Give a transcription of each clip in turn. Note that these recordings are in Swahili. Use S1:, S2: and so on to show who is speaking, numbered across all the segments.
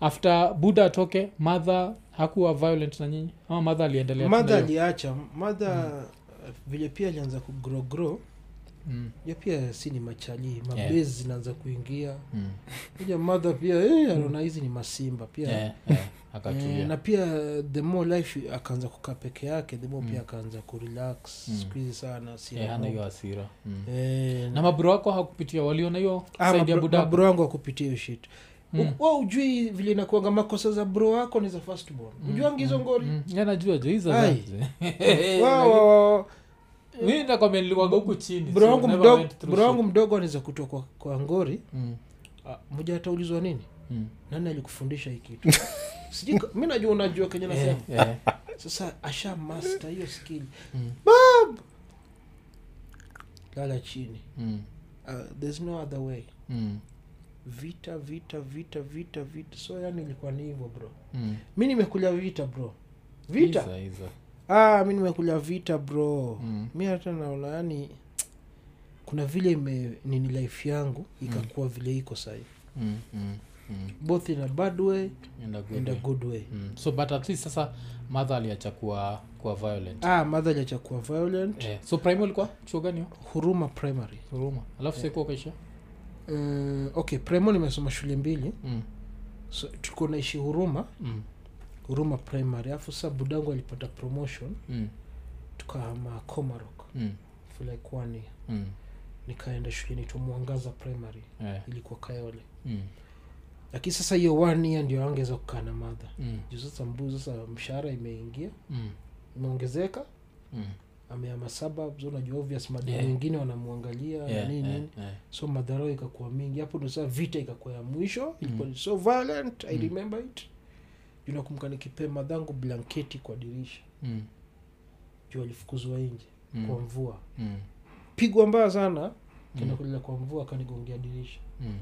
S1: after buda atoke madha hakuwa violent na nyinyi ama madha aliendelea tu na
S2: madha
S1: hiyo?
S2: aliacha madha uh, vile pia alianza kugrogro
S1: Mm,
S2: ya pia si ni machali mabezi
S1: Yeah.
S2: zinaanza kuingia
S1: mm.
S2: moja madha pia eh, anaona hizi ni masimba pia
S1: Yeah, yeah, Eh, akatulia.
S2: Eh, na pia the more life akaanza kukaa peke yake the more
S1: Mm.
S2: pia akaanza kurelax
S1: Mm.
S2: siku hizi sana si
S1: Yeah, Eh, hana
S2: mambo.
S1: hiyo hasira Mm.
S2: Eh,
S1: na mabro wako hakupitia waliona hiyo
S2: ah,
S1: saidi ya
S2: mabro-
S1: budako
S2: mabro wangu wakupitia hiyo shit
S1: Mm.
S2: U- wa ujui vile inakuanga makosa za bro wako ni za first born
S1: Mm,
S2: ujuangi hizo
S1: mm,
S2: ngori
S1: mm. Yeah, najua jo hizo
S2: Ai.
S1: za-
S2: Wa- wa- wa-
S1: Mimi nakwambia nilikuwaga huku chini
S2: bro
S1: so
S2: wangu
S1: never
S2: mdogo
S1: went through
S2: bro
S1: shit.
S2: wangu mdogo anaweza kutoa kwa, kwa ngori
S1: Mm,
S2: ah, moja ataulizwa nini
S1: mm.
S2: nani alikufundisha hii kitu sijui ka- mi najua unajua kenye nasema
S1: Yeah, yeah.
S2: sasa asha master hiyo skill
S1: Mm.
S2: bab lala chini
S1: Mm,
S2: uh, there's no other way
S1: mm,
S2: vita vita vita vita vita so yani ilikuwa ni hivyo bro
S1: mm.
S2: mi nimekulia vita bro vita
S1: Hizo, hizo.
S2: ah, mi nimekulia vita bro
S1: Mm.
S2: mi hata naona yani kuna vile ime nini life yangu ikakuwa vile iko sahi
S1: Mm, mm, mm.
S2: both in a bad way
S1: In a good
S2: and a
S1: way.
S2: good way
S1: Mm. so but at least sasa madha aliacha kuwa kuwa violent
S2: ah, madha liachakuwa violent
S1: eh, so prime ulikuwa chuo gani hiyo?
S2: huruma primary
S1: huruma alafu yeah. sekuwa ukaisha
S2: mm, okay primary nimesoma shule mbili
S1: mm.
S2: so, tulikuwa naishi huruma
S1: mm.
S2: huruma primary alafu sa budangu alipata promotion
S1: mm.
S2: tukahama comarok
S1: mm.
S2: fulakwani
S1: mm.
S2: nikaenda shule naitwa mwangaza primary
S1: eh.
S2: ilikuwa kayole
S1: mm.
S2: lakini sasa hiyo one year ndio angeweza kukaa na madha
S1: mm.
S2: juu sasa mbuu sasa mshahara imeingia
S1: mm.
S2: imeongezeka
S1: mm.
S2: ameama suburbs unajua obvious madini
S1: Yeah.
S2: wengine wanamwangalia na
S1: Eh,
S2: nini
S1: eh,
S2: nini
S1: eh.
S2: so madharau ikakuwa mingi hapo ndo sasa vita ikakuwa ya mwisho ilikuwa mm. so violent i
S1: Mm.
S2: remember it Juu nakumbuka nikipea madhangu blanketi kwa dirisha
S1: Mm.
S2: juu alifukuzwa nje
S1: Mm.
S2: kwa mvua
S1: Mm.
S2: pigwa mbaya sana kenda kulila kwa mvua akanigongea dirisha
S1: Mm.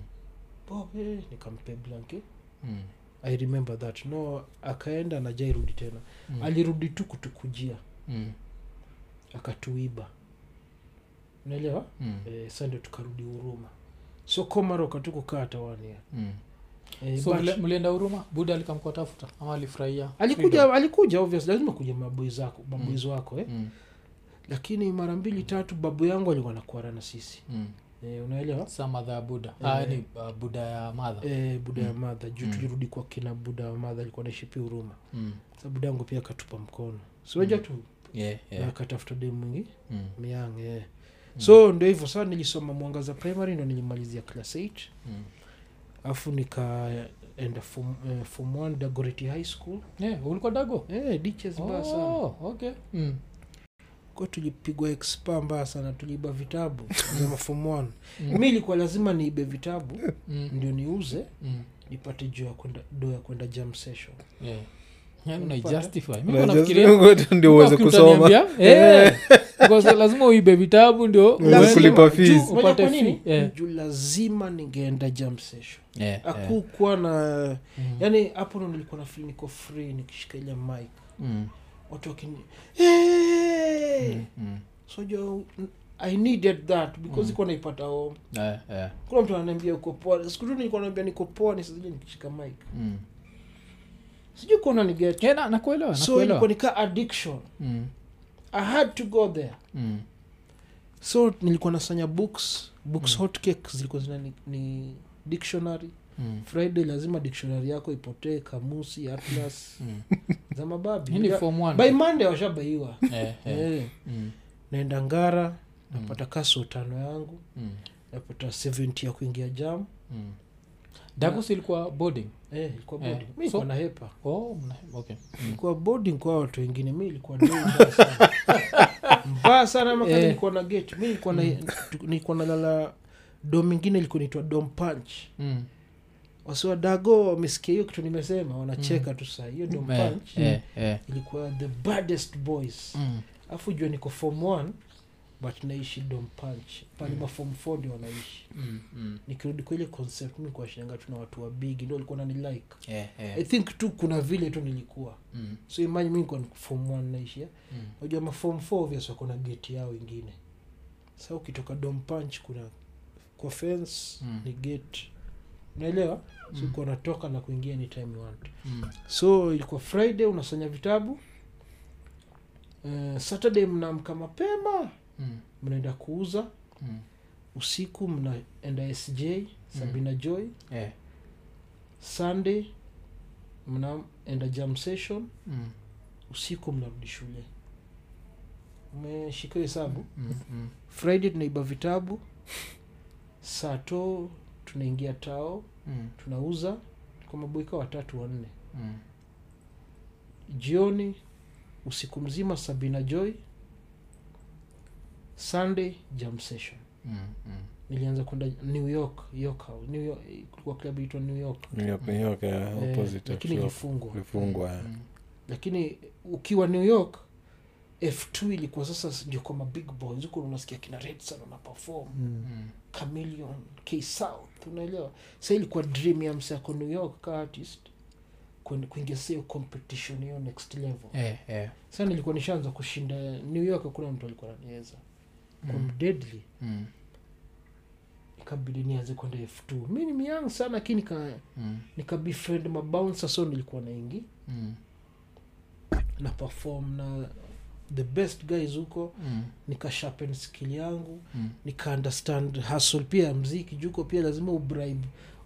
S2: bobe nikampea blanket
S1: Mm.
S2: i remember that no akaenda na jairudi tena
S1: Mm.
S2: alirudi tu kutukujia
S1: Mm.
S2: akatuiba unaelewa
S1: Mm.
S2: eh, sa ndio tukarudi huruma so komaroka tu kukaa tawani
S1: Mm.
S2: eh,
S1: so
S2: but-
S1: mle- mlienda huruma buda alikamkua tafuta ama alifurahia freedom?
S2: alikuja alikuja obviously lazima kuja maboi zako maboizi wako eh?
S1: Mm.
S2: lakini mara mbili tatu babu yangu alikuwa nakuara na sisi
S1: Mm.
S2: eh, unaelewa
S1: sa madha ya buda
S2: Eh.
S1: Ah, ni uh, buda ya madha
S2: eh, buda ya madha juu
S1: Mm.
S2: tulirudi kwa kina buda wa madha alikuwa naishi pia huruma
S1: Mm.
S2: sa buda yangu pia akatupa mkono siwaja tu
S1: Yeah, Mm.
S2: yeah. na
S1: yeah.
S2: akatafuta dem mwingi
S1: Mm.
S2: miang eh. so ndio hivyo saa nilisoma mwangaza primary ndo nilimalizia class 8
S1: Mm.
S2: alafu nikaenda form, eh, form 1 dagoreti high school
S1: Yeah, ulikuwa dago
S2: eh, ditches mbaya sana
S1: Oh, okay. Mm.
S2: kwa tulipigwa expa mbaya sana tuliiba vitabu vya form one
S1: Mm.
S2: mi ilikuwa lazima niibe vitabu
S1: Mm.
S2: ndio niuze
S1: Mm.
S2: nipate juu ya kwenda do ya kwenda jam session
S1: Yeah. Yani
S2: Unapata?
S1: unajustify. Mimi
S3: Unajua,
S1: nafikiria-
S3: ndio uweze
S1: Nafikiri
S3: kusoma
S1: utaniambia, eh, because lazima uibe vitabu ndio
S3: Uweze
S1: uende-
S3: kulipa
S2: Lazima,
S3: fees.
S2: juu- unajua
S1: Upate
S2: kwa nini?
S1: fee, eh.
S2: juu lazima ningeenda jam session
S1: Yeah, yeah.
S2: akukuwa na
S1: Mm.
S2: yani hapo ndo nilikuwa na feel niko free nikishika ile mic
S1: Mm.
S2: watu wakini hey!
S1: Mm. Mm.
S2: so juu, i needed that because ikuwa naipata home
S1: Eh, eh.
S2: kuna mtu ananiambia uko poa siku tu nilikuwa naambia niko poa ni sasa nikishika mic
S1: Mm.
S2: sijui kuona ni get
S1: Yeah, na- nakuelewa
S2: so
S1: nakuelewa.
S2: ilikuwa nika addiction
S1: Mm.
S2: i had to go there
S1: Mm.
S2: so nilikuwa nasanya books books mm. hotcakes zilikuwa zina ni, ni dictionary
S1: Mm.
S2: friday lazima dictionary yako ipotee kamusi atlas
S1: Mm.
S2: za
S1: Hii ni
S2: mababi
S1: form one.
S2: by monday washabaiwa
S1: Eh, eh.
S2: yeah.
S1: Mm.
S2: naenda ngara
S1: Mm.
S2: napata kaso tano yangu
S1: Mm.
S2: napata 70 ya kuingia jam
S1: Mm. dagus ilikuwa boarding
S2: eh, ilikuwa
S1: Eh.
S2: boarding mi
S1: So-
S2: ilikuwa na hepa
S1: oh, mna- okay.
S2: ilikuwa boarding kwa watu wengine mi ilikuwa ndio mbaya sana. mbaya sana maka
S1: Eh. Mm.
S2: nilikuwa na gate mi nilikuwa na tu- nilikuwa nalala dom ingine ilikuwa naitwa dom punch
S1: Mm.
S2: wasiwa dago wamesikia hiyo kitu nimesema wanacheka tu saa hiyo dom
S1: Eh,
S2: punch
S1: eh, eh.
S2: ilikuwa the baddest boys
S1: Mm.
S2: alafu jua niko form one but naishi dom punch pale mafom fo ndio wanaishi
S1: Mm. Mm.
S2: nikirudi kwa ile concept mi kuwashanga tuna watu wa bigi ndio walikuwa nanilike
S1: Eh,
S2: i
S1: eh.
S2: think tu kuna vile tu nilikuwa
S1: Mm.
S2: so imani mi nikuwa form one naishia
S1: Mm.
S2: unajua mafom f obvious wako na geti yao ingine sa ukitoka dom punch kuna kwa fence
S1: Mm.
S2: ni gate unaelewa
S1: Mm.
S2: siku natoka na kuingia ni time you want
S1: Mm.
S2: so ilikuwa friday unasanya vitabu uh, saturday mnaamka mapema
S1: Mm.
S2: mnaenda kuuza
S1: Mm.
S2: usiku mnaenda sj sabina joy
S1: Eh.
S2: sunday mnaenda jam session
S1: Mm.
S2: usiku mnarudi shule umeshika hesabu
S1: Mm. Mm.
S2: friday tunaiba vitabu sato tunaingia tao
S1: Mm.
S2: tunauza kwa maboika watatu wanne
S1: Mm.
S2: jioni usiku mzima sabina joy sunday jam session
S1: Mm. Mm.
S2: nilianza kwenda new york york House, new york kulikuwa klabu itwa new york Eh, lakini ilifungwa
S3: lifungwa
S1: Mm.
S2: lakini ukiwa new york f2 ilikuwa sasa ndio kwa mabig boys huko unasikia kina red sana na perform
S1: Mm.
S2: chameleon k south unaelewa sa ilikuwa dream ya msako new york ka artist kuen- kuingia sa hiyo competition hiyo next level
S1: Eh, eh.
S2: sa nilikuwa nishaanza kushinda new york hakuna mtu alikuwa ananiweza
S1: Mm.
S2: mm. deadly
S1: Mm.
S2: ikabidi nianze kwenda f2 mi ni miang sana lakini nika,
S1: Mm.
S2: nikabefriend mabouncer so nilikuwa naingi
S1: Mm.
S2: na perform na the best guys huko
S1: Mm.
S2: nikashapen skill yangu
S1: Mm.
S2: nikaunderstand hustle pia ya mziki juko pia lazima ubribe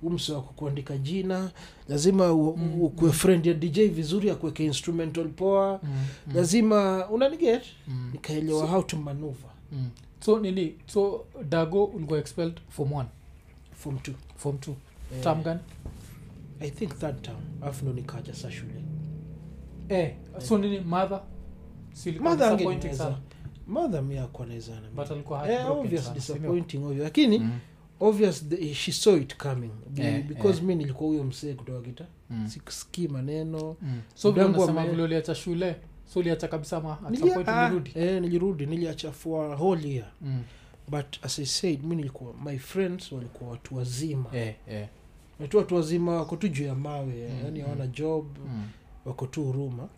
S2: umse wako kuandika jina lazima u-
S1: Mm,
S2: u- ukuwe friend ya dj vizuri akuweke instrumental poa
S1: Mm. Mm.
S2: lazima unaniget
S1: Mm.
S2: nikaelewa how to maneuver
S1: Mm. so nili so dago ulikuwa expelled form one
S2: form two
S1: form two
S2: Eh,
S1: term gani
S2: i think third term alafu ndo nikaja sa shule
S1: eh, so nini mother Si ilikuwa
S2: Mother
S1: disappointing
S2: angenimeza.
S1: sana,
S2: madha mi ako anaweza na
S1: but
S2: mimi.
S1: alikuwa
S2: Eh,
S1: heartbroken
S2: obvious
S1: sana, si ndio?
S2: disappointing obvious. lakini
S1: Mm.
S2: obvious the, she saw it coming Be-
S1: Eh,
S2: because
S1: eh.
S2: mi nilikuwa huyo msee kutoka kita
S1: Mm.
S2: sisikii maneno
S1: Mm. so vile
S2: Mdangu
S1: unasema
S2: ame-
S1: vile uliacha shule so uliacha kabisa ma at some
S2: Nilia-
S1: point
S2: ah,
S1: umerudi
S2: eh, nilirudi niliacha for a whole year
S1: Mm.
S2: but as i said mi nilikuwa my friends walikuwa watu wazima
S1: Eh, eh.
S2: watu watu wazima wako tu juu ya mawe eh,
S1: Mm,
S2: yani
S1: mm.
S2: hawana job
S1: Mm.
S2: wako tu huruma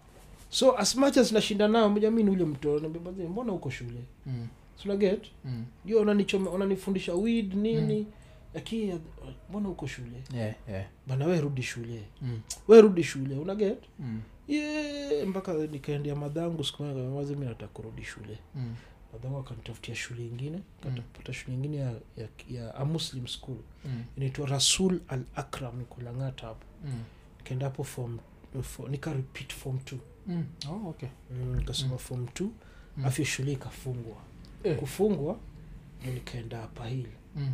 S2: so as much as nashinda nao moja mi ni ule mtoo nabibazi mbona huko shule
S1: Mm.
S2: sunaget
S1: Mm.
S2: ndio unanichoma unanifundisha weed nini lakini uh, mbona huko shule
S1: Eh, eh.
S2: bana we rudi shule
S1: Mm.
S2: we rudi shule unaget
S1: Mm.
S2: yeah, mpaka nikaendea madhangu sikumawazi mi nataka kurudi shule
S1: Mm.
S2: madhangu akanitafutia shule ingine katapata shule ingine ya, ya, ya a muslim school
S1: Mm.
S2: inaitwa rasul al akram iko lang'ata hapo
S1: Mm.
S2: nikaenda hapo form fo- nika repeat form t
S1: Mm. Oh, okay.
S2: Mm, nikasoma form t
S1: Mm.
S2: afya shule ikafungwa
S1: Eh.
S2: kufungwa ndo nikaenda hapa hili
S1: Mm.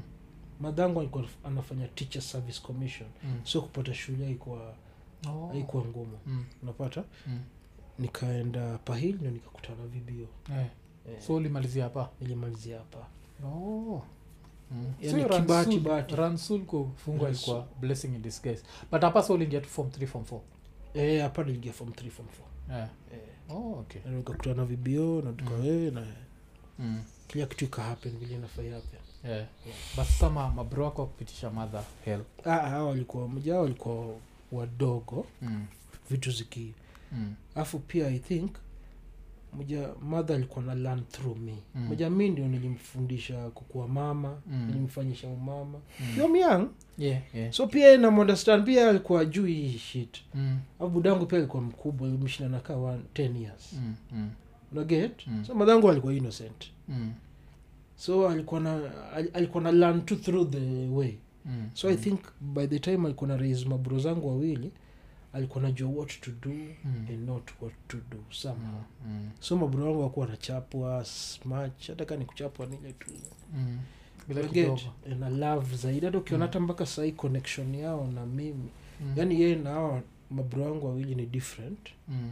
S2: madhangu alikuwa anafanya teacher service commission
S1: Mm.
S2: so kupata shule haikuwa
S1: Oh.
S2: haikuwa ngumu
S1: Mm.
S2: unapata
S1: Mm.
S2: nikaenda pahili ndo nikakutana vibio
S1: Eh.
S2: Eh.
S1: so ulimalizia hapa
S2: nilimalizia hapa
S1: Oh. Mm.
S2: Yani
S1: So hiyo Ransul-
S2: kibahati- bahati.
S1: Ransul kufungwa
S2: Ransul.
S1: ilikuwa blessing in disguise but hapa so uliingia tu form three, form four.
S2: Eh, hapa niliingia form 3 form
S1: Eh.
S2: 4 eh,
S1: Oh, okay.
S2: na nikakutana na vibio na tuka wewe na
S1: Mm.
S2: kila kitu ikahapen vile nafai happen
S1: Eh. but sasa ma- mabro wako wakupitisha mother hell
S2: Ah, ah, walikuwa mmoja wao walikuwa wadogo
S1: mm.
S2: vitu ziki
S1: Mm.
S2: alafu pia i think moja madha alikuwa na learn through me
S1: Mm.
S2: moja mi ndio nilimfundisha kukuwa mama
S1: Mm.
S2: nilimfanyisha umama
S1: Mm.
S2: yom young
S1: Yeah, yeah.
S2: so pia namunderstand pia alikuwa juu hii shit
S1: Mm.
S2: afu budangu pia alikuwa mkubwa mshindana ka 10 years
S1: Mm. Mm.
S2: unaget
S1: Mm.
S2: so madhangu alikuwa innocent
S1: Mm.
S2: so alikuwa na al- alikuwa na learn to through the way
S1: Mm.
S2: so i think by the time alikuwa na raise mabro zangu wawili alikuwa najua what to do
S1: Mm.
S2: and not what to do somehow
S1: Mm. Mm.
S2: so mabro wangu wakuwa wanachapwa smach hata kaa ni kuchapwa nile tu
S1: Mm. Bila
S2: Unaget?
S1: kidogo.
S2: Eh, na love zaidi hata ukiona
S1: Mm.
S2: hata mpaka sahii connection yao na mimi
S1: Mm.
S2: yaani yeye na hawa mabro wangu wawili ni different
S1: Mm.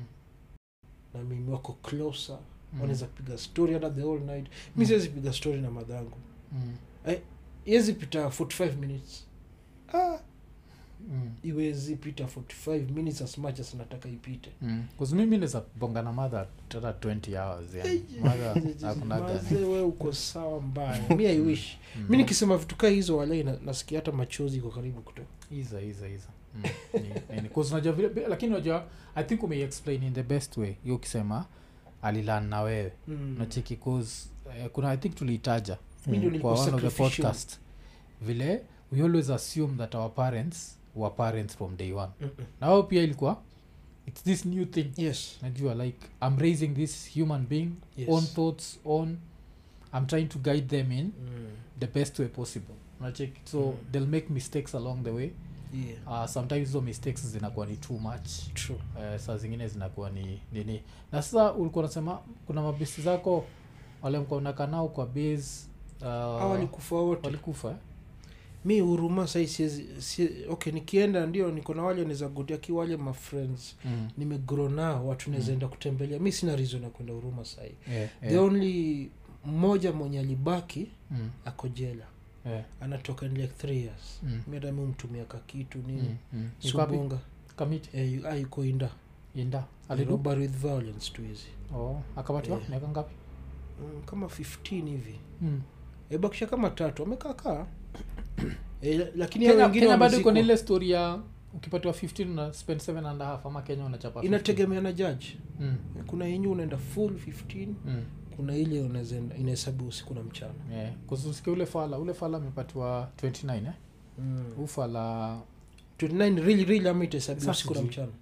S2: na mimi wako closer
S1: Mm.
S2: wanaweza piga story hata the whole night
S1: Mm.
S2: mi siwezi piga story na madhangu
S1: Mm.
S2: iwezi pita 45 minutes ah,
S1: Mm.
S2: iwezi pita 45 minutes as much as nataka ipite
S1: Mm. 'Cause mimi naweza bonga na mother tata 20 hours yani. Mother hakuna
S2: Maze
S1: gani
S2: we uko sawa mbaya mi aiwish mi
S1: Mm.
S2: nikisema vitu kaa hizo walai na, nasikia hata machozi kwa karibu kutoka
S1: iza iza iza Mm. Ni- ni- 'cause unajua vile- vile- lakini unajua i think umeiexplain in the best way hiyo ukisema alilan na wewe nacheki cause eh, kuna i think tuliitaja
S2: Mi Mm.
S1: kwa
S2: ndio nilikuwa
S1: one of the
S2: sacrificial.
S1: podcast vile we always assume that our parents were parents from day one na wao pia ilikuwa it's this new thing
S2: yes
S1: najua like i'm raising this human being
S2: Yes.
S1: own thoughts own i'm trying to guide them in
S2: mm.
S1: the best way possible nachek so
S2: Mm.
S1: they'll make mistakes along the way
S2: yeah.
S1: uh, sometimes hizo mistakes zinakuwa ni too much
S2: true
S1: uh, saa zingine zinakuwa ni nini na sasa ulikuwa unasema kuna mabesi zako wale mkuwa unakaa nao kwa base
S2: Hawa
S1: uh,
S2: walikufa wote
S1: walikufa eh?
S2: mi huruma sai siezi- sie- okay nikienda ndio niko na wale naweza godiaki wale mafriends
S1: mm.
S2: nimegrow nao watu naweza
S1: Mm. Eh.
S2: enda kutembelea mi sina reason ya kwenda huruma sahii
S1: yeah, yeah.
S2: the only mmoja mwenye alibaki
S1: mm. Eh,
S2: ako jela
S1: yeah.
S2: anatoka in like three years
S1: Mm.
S2: mi hata mi humtumia ka kitu nini
S1: mm. mm. Yuko wapi?
S2: subonga
S1: Kamiti?
S2: eh, yu- ah, yuko inda
S1: inda alidu
S2: robbery with violence tu hizi
S1: oh. akapatiwa
S2: Yeah.
S1: miaka ngapi
S2: mm, kama 15 hivi
S1: mm.
S2: ebakisha Eh, kama tatu amekaa kaa e, lakini hao
S1: kenya,
S2: wengine
S1: kenya bado iko
S2: wamezikwa.
S1: na ile story ya ukipatiwa 15 una spend 7 and a half ama kenya unachapa 15.
S2: inategemea na jaji
S1: mm.
S2: kuna yenye unaenda full 15
S1: mm.
S2: kuna ile unaweza enda- inahesabu usiku na mchana
S1: yeah. kususikia ule fala ule fala amepatiwa 29 eh?
S2: mm.
S1: ufala
S2: 29 really really ama itahesabu
S1: Sasa
S2: usiku na
S1: sijui.
S2: mchana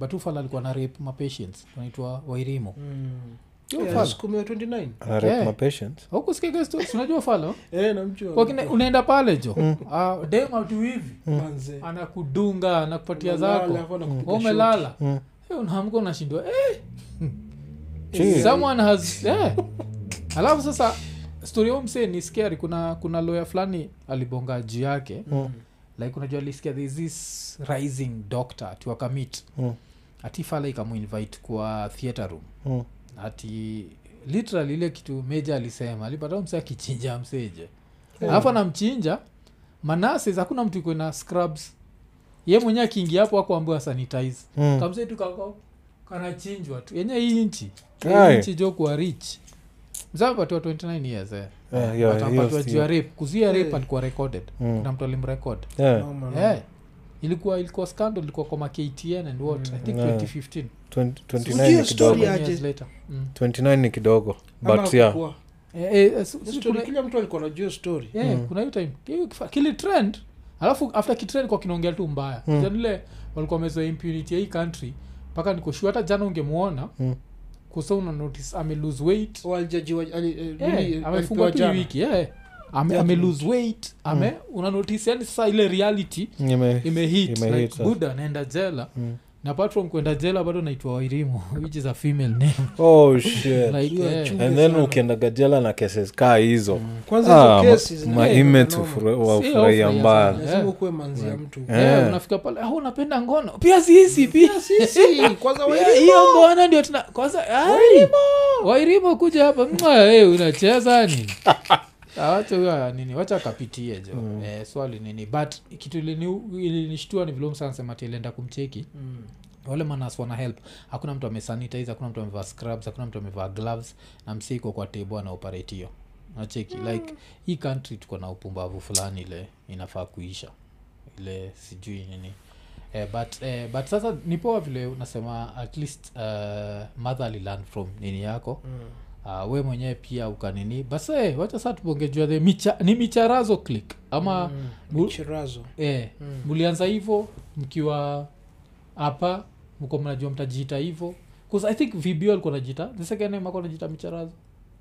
S1: but ufala alikuwa na rape mapatients unaitwa wairimu
S2: mm.
S1: Yo,
S2: yeah,
S1: fala.
S2: siku mia 29
S1: Eh.
S3: anarep mapatient
S1: unajua fala
S2: eh, namjua
S1: wakine unaenda pale jo Ah, dem atu hivi
S2: Manze.
S1: anakudunga anakupatia
S2: Analala,
S1: Ah, zako
S2: alafu anakupiga
S1: Wewe umelala
S3: Mm.
S1: Eh, unaamka unashindwa eh,
S3: Chii.
S1: someone has eh. alafu sasa story huu msee ni scary kuna kuna loya fulani alibonga juu yake
S3: Mm.
S1: like unajua alisikia there's this rising doctor tiwakamit
S3: Mm.
S1: ati fala ikamuinvite kwa theatre room
S3: Mm.
S1: ati literally ile kitu meja alisema alipata msee akichinja mseje alafu anamchinja manases hakuna mtu iko na scrubs ye mwenyewe akiingia hapo akuambiwa sanitize
S3: Mm.
S1: kamsee tu kaka- kanachinjwa tu yenye hii nchi Hii
S3: Aye.
S1: nchi jo kuwa rich msapatiwa 29 years eh.
S3: Ah, yeah,
S1: But amepatiwa
S3: hiyo
S1: juu ya
S3: sio-
S1: rape kuzia rape
S2: Eh. Mm.
S1: alikuwa recorded
S3: Mm.
S1: kuna mtu alimrecord
S3: Yeah,
S2: Noma, noma.
S1: Eh, ilikuwa ilikuwa scandal ilikuwa kwa maktn and what i think
S3: Yeah.
S1: 2015
S3: 20 29
S2: Ujue
S3: ni
S2: story
S3: kidogo
S2: ya-
S1: 7 years
S2: aje.
S1: later mm.
S3: 29 ni kidogo
S2: Ama
S3: but yeah
S2: hakukuwa.
S1: eh, eh, eh, si-
S2: Hiyo
S1: si
S2: story,
S1: kuna-
S2: kila mtu alikuwa najua story
S1: yeah,
S3: Mm.
S1: kuna hiyo time Hiyo kifa- kili trend alafu after kitrend kwa kinaongea tu mbaya
S3: Mm.
S1: janile walikuwa wamezoa impunity ya hii country mpaka nikoshua hata jana ungemwona
S3: Mm.
S1: kusa una notice ame lose weight
S2: Oh, alijajiwa- ali- eh,
S1: Yeah,
S2: nini, alipewa
S1: amefungwa tu hii
S2: jana.
S1: wiki yeah. ame, ame
S2: Judgment.
S1: lose weight
S3: Mm.
S1: ame una notice yani sasa ile reality
S3: Ime-
S1: imehit
S3: imehit
S1: like
S3: sasa.
S1: buda anaenda jela
S3: Mm.
S1: na apart from kuenda jela bado naitwa wairimu which is a female name
S3: Oh, shit.
S1: like, eh.
S2: Yeah,
S1: yeah.
S2: chunga
S3: and then
S2: sana.
S3: ukienda gajela na keses kaa hizo
S2: Mm. kwanza hizo
S3: Ah,
S2: kesi
S3: ma-
S2: zina-
S3: maimates
S2: noma.
S3: ufura-
S1: Si
S3: wafurahia
S1: offer,
S3: mbaya
S1: yes.
S2: lazima
S1: Yeah.
S2: ukuwe manzi ya mtu
S3: Eh.
S1: yeah, unafika pale ah, unapenda ngono pia sisi pia
S2: sisi kwanza
S1: Yeah,
S2: wewe
S1: hiyo ngono ndio tuna kwanza ai, wairimo kuja hapa mwa, eh, unacheza nini Ah, wacha huyo nini wacha akapitie jo eh, swali nini but kitu ilini- ilinishtua ni vile msanasema tielenda kumcheki
S2: Mm.
S1: wale manas wana help hakuna mtu amesanitize hakuna mtu amevaa scrubs hakuna mtu amevaa gloves na msiko kwa tebo ana operate hiyo nacheki like hii country tuko na upumbavu fulani ile inafaa kuisha ile sijui nini eh, but, eh, but sasa nipoa vile unasema at least uh, mother alilearn from nini yako
S2: Mm.
S1: uh, we mwenyewe pia ukanini bas eh, wacha saa tubongejua the micha, ni micharazo click ama
S2: Mm.
S1: bu-
S2: Micherazo.
S1: eh,
S2: Mm.
S1: mlianza hivo mkiwa hapa mko mnajua mtajiita hivo 'Cause i think vbo alikuwa najiita the second name alikuwa najiita micharazo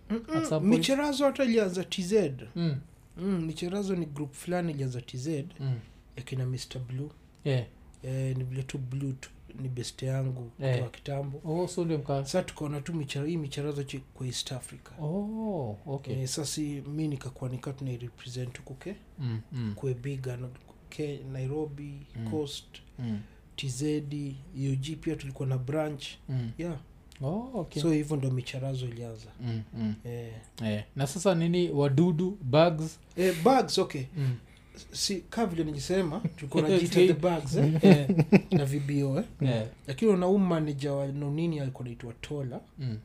S2: Mm-mm.
S1: At some point-
S2: micherazo hata ilianza tz
S1: mm,
S2: mm, micherazo ni group fulani ilianza tz
S1: mm.
S2: yakina mr blue
S1: yeah.
S2: eh, ni vile tu blue tu, ni best yangu
S1: Eh.
S2: kutoka kitambo
S1: oh, so ndio mka
S2: sasa tukaona tu michera, hii micherazo chi- kwa east africa
S1: oh, okay
S2: eh, sasi mi nikakuwa nikaa tunairepresent hukuke
S1: mm, mm,
S2: kuebiga na- ke- nairobi
S1: Mm.
S2: coast
S1: mm,
S2: tz ug pia tulikuwa na branch
S1: mm.
S2: yeah
S1: Oh, okay
S2: so hivyo ndo micharazo ilianza
S1: mm, mm.
S2: eh.
S1: Eh. na sasa nini wadudu bugs
S2: Eh, bags okay
S1: mm.
S2: si ka vile nilisema tulikuwa najiita the bags eh?
S1: eh,
S2: na vbo eh?
S1: eh,
S2: lakini unau manaja wa nonini alikuwa naitwa tola
S1: mm,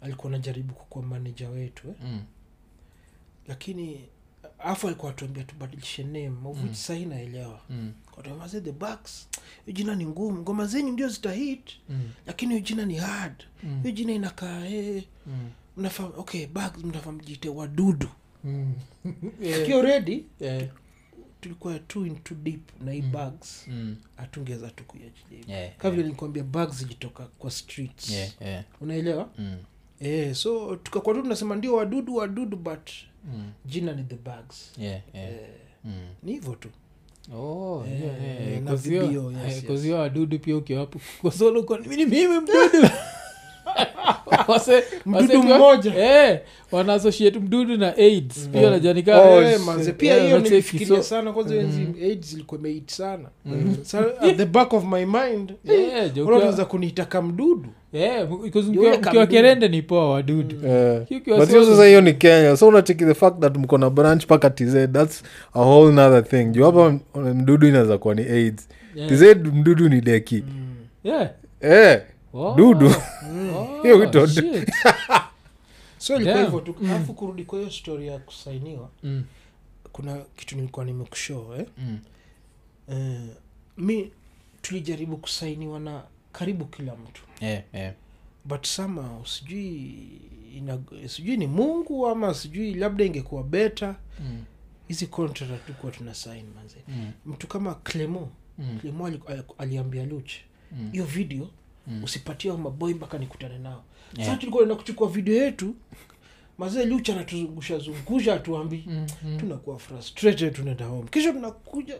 S2: alikuwa anajaribu kukuwa manaja wetu eh?
S1: mm.
S2: lakini afu alikuwa atuambia tubadilishe name of which sahii naelewa
S1: Mm,
S2: katamaze the bags hiyo jina ni ngumu ngoma zenyu ndio zitahit
S1: mm,
S2: lakini hiyo jina ni hard
S1: Mm.
S2: hiyo jina inakaa eh,
S1: mm,
S2: mnafaa okay bags mnafaa mjite wadudu
S1: mm. Eh,
S2: lakini already
S1: eh,
S2: tulikuwa too in too deep na hii
S1: Mm.
S2: bags
S1: mm.
S2: hatungeweza tu kuiachilia hivi
S1: yeah,
S2: kavile
S1: yeah,
S2: nikuambia bags zilitoka kwa streets
S1: yeah, yeah.
S2: unaelewa
S1: Mm.
S2: eh, so tukakuwa tu tunasema ndio wadudu wadudu but
S1: Mm.
S2: jina ni the bags
S1: Yeah, yeah.
S2: eh,
S1: Mm.
S2: ni hivyo tu
S1: Oh,
S2: Eh,
S1: yeah, yeah.
S2: eh, na
S1: Kwa hiyo-
S2: vibio, yes,
S1: eh,
S2: yes.
S1: kwa hiyo wadudu pia ukiwapo kosolo mimi mimi mdudu Wase- wase-
S2: mmoja.
S1: eh, wanaasociate mdudu na aids
S2: Mm.
S1: pia najanika
S3: Oh,
S2: Eh, manze, pia hiyo nilifikiria sana kwanza
S1: Mhm.
S2: enzi aids ilikuwa imeit sana
S1: Mhm.
S2: so, at the back of my mind unaweza kuniita kamdudu Yule Mm. kamdudu.
S1: mkiwa kerende ni poa wadudu
S3: Eh.
S1: Hiyo kiwa
S3: but hiyo
S1: solo-
S3: sasa hiyo ni kenya so unacheki the fact that mko na branch mpaka tz thats a whole nother thing juu hapa m- mdudu inaweza kuwa ni aids
S1: Yeah.
S3: tz mdudu ni deki
S2: Mm.
S1: Mm. Yeah.
S3: eh,
S1: Oh.
S3: dudu
S2: Mm.
S1: Oh,
S3: Hiyo kitu-
S1: shit.
S2: so ilikuwa
S1: Damn.
S2: hivyo tu alafu kurudi kwa hiyo story ya kusainiwa
S1: Mm,
S2: kuna kitu nilikuwa nimekushow eh?
S1: mm,
S2: eh, mi tulijaribu kusainiwa na karibu kila mtu
S1: yeah,
S2: eh.
S1: yeah.
S2: but somehow sijui ina, sijui ni mungu ama sijui labda ingekuwa beta
S1: Mm,
S2: hizi contract tukuwa tuna sign manze
S1: mm,
S2: mtu kama clemo
S1: mm,
S2: clemo ali, ali, eh, aliambia luch
S1: mm.
S2: hiyo video
S1: Mm.
S2: usipatie hao maboi mpaka nikutane nao
S1: Yeah.
S2: sasa tulikuwa naenda kuchukua video yetu mazee lucha anatuzungusha zungusha atuambi
S1: Mm, mm.
S2: tunakuwa frustrated tunaenda home kisha tunakuja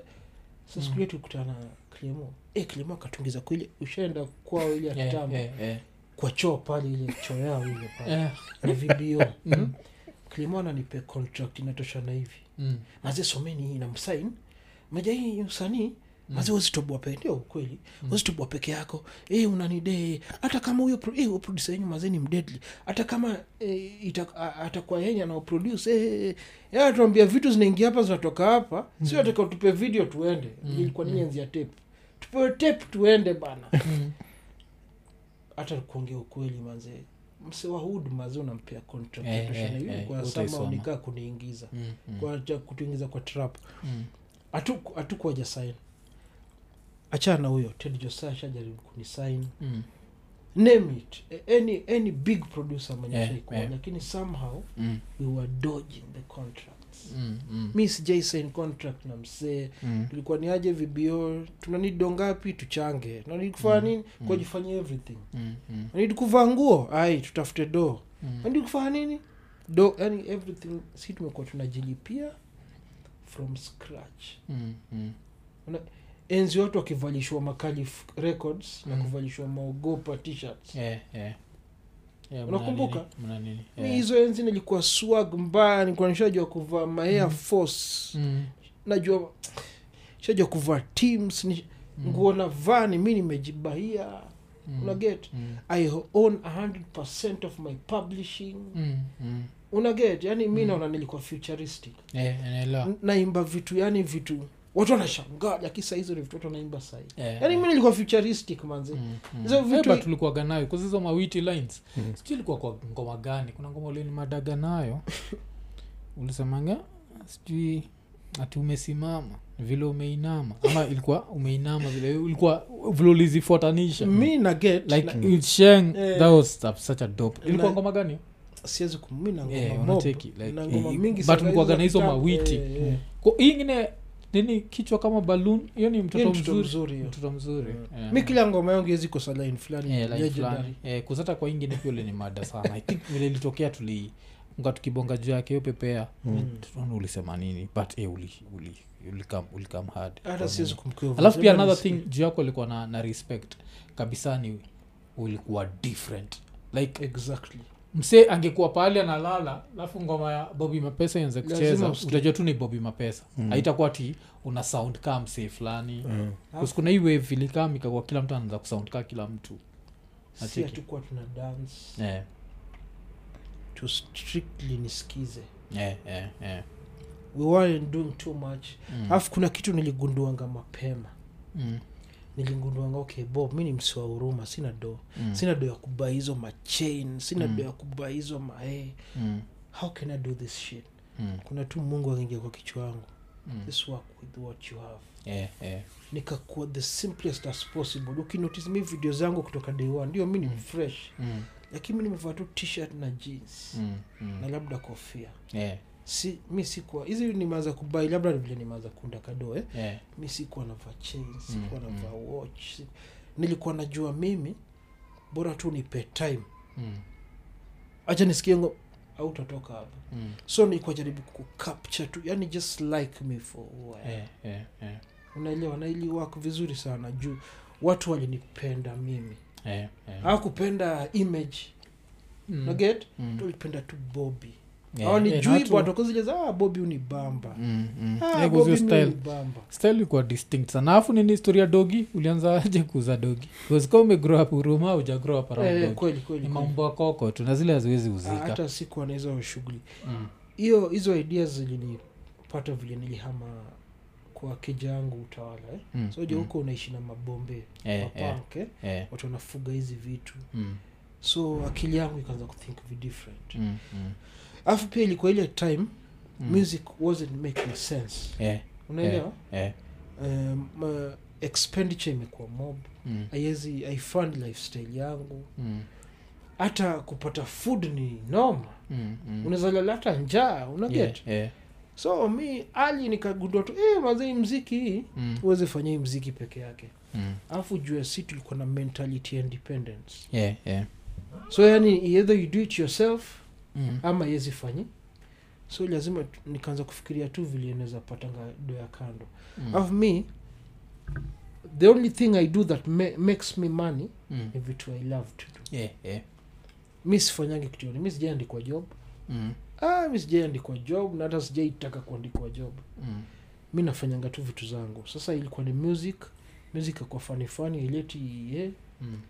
S2: sasa
S1: Mm.
S2: siku yetu kukutana klemo e klemo akatungiza kwili ushaenda kwao ile ya
S1: Yeah,
S2: kitambo
S1: yeah, yeah. Eh,
S2: kwa choo pale ile choo yao ile pale
S1: Yeah. Mm-hmm.
S2: na vibio klemo ananipe contract inatoshana hivi
S1: Mm,
S2: mazee someni hii namsain maja hii usanii
S1: Mm.
S2: mazi wezitoboa pe ndio ukweli wezitoboa peke yako e, unanidee hata kama huyo pro- eh, huyo producer yenyu mazeni mdedli hata kama e, atakuwa yenye anaoproduce e, e, atuambia vitu zinaingia hapa zinatoka hapa mm. sio ataka tupe video tuende mm. ilikuwa nianzia tape tupewe tape tuende bana
S1: mm.
S2: hata kuongea ukweli manze mse wa hood maze unampea contract
S1: Eh,
S2: atosha na
S1: eh,
S2: hiyo
S1: eh,
S2: kwa
S1: utaisoma.
S2: sama unikaa kuniingiza
S1: Mm, mm,
S2: kwa cha kutuingiza kwa trap
S1: mm.
S2: hatukuwaja sain achana na huyo ted josa ashajaribu kunisain
S1: Mm,
S2: name it a- any, any big producer
S1: Yeah,
S2: mwenyeshaikuwa
S1: yeah.
S2: lakini somehow
S1: mm,
S2: we were dodging the contracts
S1: mm, mm,
S2: mi sijai sign contract na msee
S1: mm.
S2: ilikuwa ni aje vbo tunanid dongapi tuchange nanid kufanya
S1: Mm,
S2: nini
S1: mm.
S2: kwa jifanyia everything
S1: Mm, mm,
S2: nanid kuvaa nguo ai tutafute do
S1: mm.
S2: nanid kufanya nini do yani everything si tumekuwa tunajilipia from scratch
S1: Mm, mm.
S2: enzi watu wakivalishwa makalif records na
S1: Mm.
S2: kuvalishwa maogopa t-shirts
S1: Yeah, yeah. Yeah,
S2: Unakumbuka?
S1: mna nini? Mna
S2: mi
S1: nini? Yeah.
S2: hizo enzi nilikuwa swag mbaya nilikuwa nishajua kuvaa ma air
S1: Mm.
S2: force
S1: Mm,
S2: najua shajua kuvaa teams ni
S1: Mm.
S2: nguo na vani mi nimejibahia
S1: mm,
S2: una get
S1: mm,
S2: i own 100 of my publishing
S1: mm, mm.
S2: una get yani mi
S1: Mm.
S2: naona nilikuwa futuristic
S1: Yeah, naelewa.
S2: N- naimba vitu yani vitu watu wanashangaa lakini sahizi vitu watu wanaimba sahii
S1: Yeah,
S2: yani mi
S1: yeah.
S2: nilikuwa futuristic manzi
S1: Mm, mm.
S2: hizo
S1: Eh,
S2: vitu-
S1: but tulikuwaga nayo kwa hizo mawiti lines
S3: Mm.
S1: sijui ilikuwa kwa ngoma gani kuna ngoma ulinimadaga nayo ulisemanga sijui ati umesimama vile umeinama ama ilikuwa umeinama vile ulikuwa vile ulizifatanisha
S2: mi na get
S1: Mm. like
S2: na-
S1: with Sheng,
S2: Eh.
S1: that was stuff- such a dope
S2: Na-
S1: ilikuwa ngoma gani
S2: siwezi kumina
S1: Eh,
S2: ngoma mob.
S1: unacheki, like,
S2: Na ngoma
S1: eh,
S2: mingi
S1: but
S2: sana
S1: mkuwaga na hizo
S2: za kitambo.
S1: mawiti.
S2: Eh, eh.
S1: Ko- hii ingine nini kichwa kama balloon hiyo ni
S2: Hiyo
S1: mtoto
S2: ni mtoto
S1: mzuri
S2: mzuri hiyo.
S1: mtoto mzuri Yeah.
S2: mi kila ngoma yangu iwezi kosa line fulani
S1: Yeah, like
S2: legendary.
S1: fulani. Eh, kuzata kwa ingine pia ule ni mada sana i think vile ilitokea tuli nga tukibonga juu yake hiyo pepea
S2: Hmm.
S3: Mm.
S1: tunaona ulisema nini but eh, uli, uli, uli come, uli come hard
S2: hata siwezi yaani kumkiwa
S1: alafu pia
S2: vizuri.
S1: another thing juu yako ulikuwa na, na respect kabisa ni ulikuwa different like
S2: exactly
S1: msee angekuwa pahali analala alafu ngoma ya bobi mapesa ianze
S2: Lazima
S1: kucheza
S2: usikie.
S1: utajua tu ni bobi mapesa mm. haitakuwa ti una sound kaa msee fulani mm. kuna hii wave ilikam ikakuwa kila mtu anaanza kusound kaa kila mtu
S2: si
S1: Acheki.
S2: hatukuwa tuna dance
S1: yeah.
S2: to strictly nisikize
S1: Yeah, yeah, yeah.
S2: we weren't doing too much
S1: eh, Mm.
S2: alafu kuna kitu niligunduanga mapema
S1: Mm.
S2: niligunduanga okay bob mi ni msi wa huruma sina do
S1: Mm.
S2: sina do ya kubaa hizo machain sina
S1: Mm.
S2: do ya kubaa hizo mahee
S1: Mm.
S2: how can i do this shit
S1: Mm.
S2: kuna tu mungu akaingia kwa kichwa yangu
S1: Mm. Eh,
S2: just work with what you have
S1: Yeah, yeah.
S2: nikakuwa the simplest as possible ukinotice mi video zangu kutoka day one ndio mi ni fresh
S1: Mm.
S2: lakini mi nimevaa tu t-shirt na jeans
S1: Mm. Eh,
S2: na
S1: Mm.
S2: labda kofia
S1: Yeah,
S2: si mi sikuwa hizi nimeanza kubai labda ni vile nimeanza kunda kadoo eh?
S1: yeah.
S2: mi sikuwa navaa chain
S1: Mm,
S2: sikuwa navaa watch siku... nilikuwa najua mimi bora tu nipe time
S1: mm.
S2: acha nisikie ngo autatoka hapa
S1: Mm.
S2: so nilikuwa jaribu kucapture tu yani just like me for who I am.
S1: Yeah, yeah, yeah.
S2: unaelewa na ili work vizuri sana juu watu walinipenda mimi
S1: Yeah, yeah.
S2: Ah, hawakupenda image
S1: eh, Mm.
S2: naget
S1: Mm.
S2: walipenda tu bobi
S1: Yeah, yeah,
S2: awanijui
S1: watu-
S2: bwana kozile za ah, bobi unibamba
S1: Mm, mm.
S2: ah,
S1: Yeah, 'cause
S2: bobi
S1: your
S2: mi
S1: style
S2: unibamba
S1: style ilikuwa distinct sana alafu nini historia dogi ulianzaje kuuza dogi kaska umegrow up uruma uja grow up around
S2: Eh,
S1: dogi
S2: kweli kweli
S1: ni
S2: kweli.
S1: mambo ya koko tu na zile haziwezi
S2: Ah,
S1: uzika
S2: hata sikuwa na hizo shughuli
S1: Mm.
S2: hiyo hizo idea zilinipata vile nilihama kwa keja yangu utawala eh?
S1: Mm,
S2: soja
S1: mm.
S2: huko unaishi na mabombe
S1: Eh, eh,
S2: mapanke
S1: eh.
S2: watu wanafuga hizi vitu
S1: Mm,
S2: so akili yangu ikaanza kuthink vi different
S1: mm, mm.
S2: alafu pia ilikuwa ile time
S1: Mm.
S2: music wasn't making sense
S1: Eh,
S2: unaelewa
S1: eh.
S2: um, uh, expenditure imekuwa mob
S1: Mm,
S2: aiwezi aifund lifestyle yangu
S1: mm,
S2: hata kupata food ni noma
S1: mm, mm.
S2: unaweza lala hata njaa unaget
S1: Yeah, yeah.
S2: so mi ali nikagundua tu eh, mazei mziki hii
S1: Mm,
S2: huwezi fanya hii mziki peke yake
S1: mm.
S2: alafu juu ya si tulikuwa na mentality ya independence
S1: Yeah, yeah.
S2: so yani either you do it yourself
S1: Mm.
S2: ama iwezi fanyi so lazima tu- nikaanza kufikiria tu vile naweza patanga do ya kando
S1: Mm.
S2: alafu mi the only thing i do that ma- makes me money
S1: Mm.
S2: ni vitu i love to do
S1: Yeah, yeah.
S2: mi sifanyangi kitioni mi sijaandikwa job
S1: Mm,
S2: ah, mi sijaandikwa job na hata sijaitaka kuandikwa job
S1: mm.
S2: mi nafanyanga tu vitu zangu sasa ilikuwa ni music music akwa fanifani ileti ye
S1: Mm.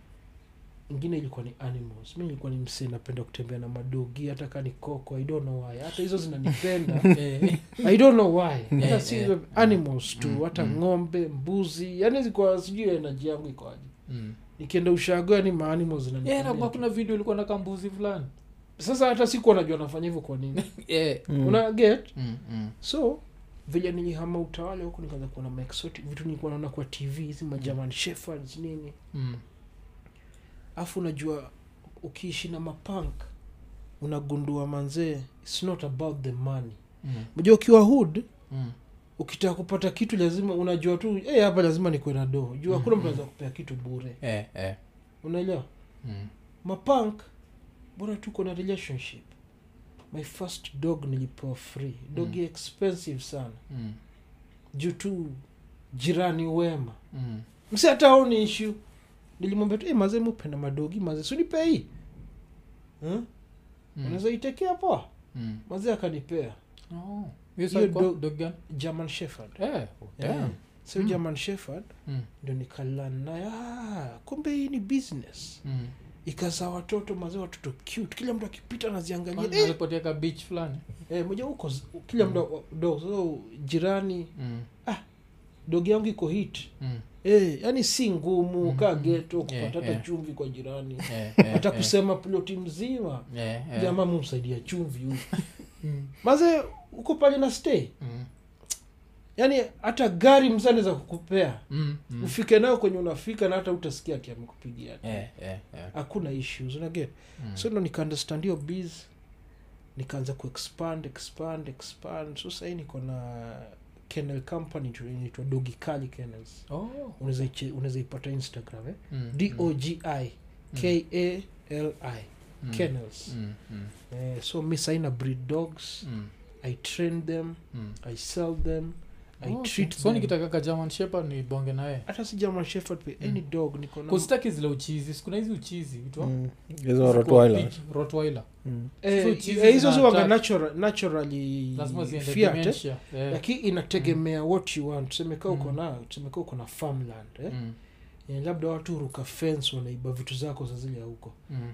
S2: ingine ilikuwa ni animals mi ilikuwa ni msee napenda kutembea na madogi hata ka ni koko i don't know why hata hizo zinanipenda
S1: Eh,
S2: i don't know why hata
S1: Yeah,
S2: si
S1: yeah.
S2: hizo animals
S1: Eh, Mm,
S2: tu hata
S1: mm.
S2: ng'ombe mbuzi yani zikuwa sijui energy yangu iko aje
S1: mm.
S2: nikienda ushago yani maanimals
S1: Yeah, na
S2: zinanipenda
S1: kuna video ilikuwa na kambuzi fulani
S2: sasa hata sikuwa najua nafanya hivyo kwa nini
S1: Yeah.
S3: Mm.
S2: una get
S1: Mm, mm.
S2: so vile nilihama utawala huku nikaanza kuona maexotic vitu nilikuwa naona kwa tv hizi majaman shepherds nini
S1: Mm.
S2: alafu unajua ukiishi na mapank unagundua manzee its not about the money
S1: Mm.
S2: mjua ukiwa hood
S1: Mm.
S2: ukitaka kupata kitu lazima unajua tu hey, hapa lazima nikuwe na doo juu hakuna mtu
S1: Mm-hmm.
S2: anaweza kupea kitu bure
S1: Eh, eh.
S2: unaelewa
S1: Mm.
S2: mapank bora tuko na relationship my first dog nilipewa free dog
S1: Mm.
S2: expensive sana
S1: Mm.
S2: juu tu jirani wema
S1: Mm.
S2: msi hata aoni ishu nilimwambia tu "Eh, hey, mazee mupenda madogi mazee sunipee hii huh?
S1: Mm.
S2: Hmm? unaweza itekea poa
S1: Mm.
S2: mazee akanipea
S1: Oh. Hiyo
S2: Hiyo
S1: ilikuwa
S2: dog-
S1: dog gun?
S2: german shepherd
S1: Eh, oh, damn.
S2: so
S1: Mm.
S2: german shepherd
S1: Mm.
S2: ndio nikalan naye "Ah, kumbe hii ni business
S1: Mm.
S2: ikazaa watoto mazee watoto cute kila mtu akipita
S1: Kwani
S2: anaziangalia eh,
S1: alipotea ka beach fulani
S2: eh, moja huko z- kila
S1: Mm.
S2: mtu do so jirani
S1: Mm.
S2: dogi yangu iko hit
S1: Mm.
S2: eh, yani si ngumu
S1: Mm,
S2: kaa
S1: mm.
S2: geto kupata
S1: Yeah,
S2: hata
S1: yeah.
S2: chumvi kwa jirani
S1: Eh, eh,
S2: hata
S1: eh.
S2: kusema ploti mzima
S1: Eh, eh.
S2: jamaa mumsaidia chumvi huyu
S1: Mm.
S2: maze uko pale na stay
S1: Mm.
S2: yaani hata gari mzani za kukupea
S1: Mm. Mm.
S2: ufike nao kwenye unafika na hata utasikia ati amekupigia
S1: Eh, eh, eh.
S2: hakuna issues unaget
S1: Mm.
S2: so ndo nikaunderstand hiyo biz nikaanza kuexpand expand expand so sahii niko na kennel company tu- inaitwa dogi kali kennels
S1: Oh.
S2: Unaweza iche- unaweza ipata instagram eh?
S1: Mm. Mm.
S2: dogi kali
S1: Mm.
S2: kennels
S1: Mm. Mm.
S2: eh, so mi saina breed dogs
S1: Mm.
S2: i train them
S1: Mm.
S2: i sell them i
S1: Oh,
S2: treat
S1: so
S2: them.
S1: nikitaka ka german shepherd ni bonge naye
S2: hata si german shepherd pia any
S1: Mm.
S2: dog niko na
S1: kustaki zile uchizi sikuna hizi uchizi vitwa
S2: Hmm.
S3: Mm. Hizo Rottweiler.
S1: rotwailer
S3: Mm.
S2: Eh,
S1: So
S2: eh,
S1: cheese
S2: hizo
S1: zina
S2: ziwanga
S1: attack.
S2: natural, naturally
S1: lazima ziende
S2: fiat eh,
S1: dementia eh.
S2: lakini inategemea what you want tusemeka uko
S1: Mm.
S2: na tusemeka uko na farmland eh?
S1: Mm.
S2: Eh, labda watu ruka fence wanaiba vitu zako za zile ya huko
S1: Mm.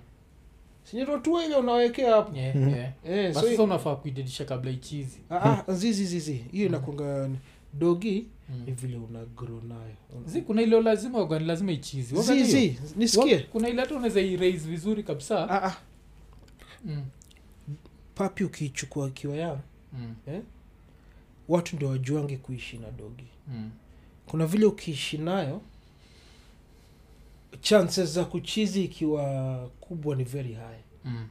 S2: sinyerotua ile unawekea hapo
S1: Eh,
S3: Mm.
S1: eh.
S2: eh, so
S1: basi sasa Mm.
S2: hiyo-
S1: unafaa kuididisha kabla ichizi
S2: ah, ah, zizi zizi hiyo inakunga dogi ni
S1: mm.
S2: vile una grow nayo Un-
S1: zi kuna ilo lazima ogani lazima ichizi Waga
S2: Zi,
S1: hiyo.
S2: zi,
S1: Wa-
S2: nisikie
S1: kuna ile hata unaweza iraise vizuri kabisa
S2: ah, ah,
S1: mm.
S2: papi ukiichukua akiwa yao
S1: Mm.
S2: watu ndio wajuange kuishi na dogi
S1: Mm.
S2: kuna vile ukiishi nayo chances za kuchizi ikiwa kubwa ni very high
S1: Mm.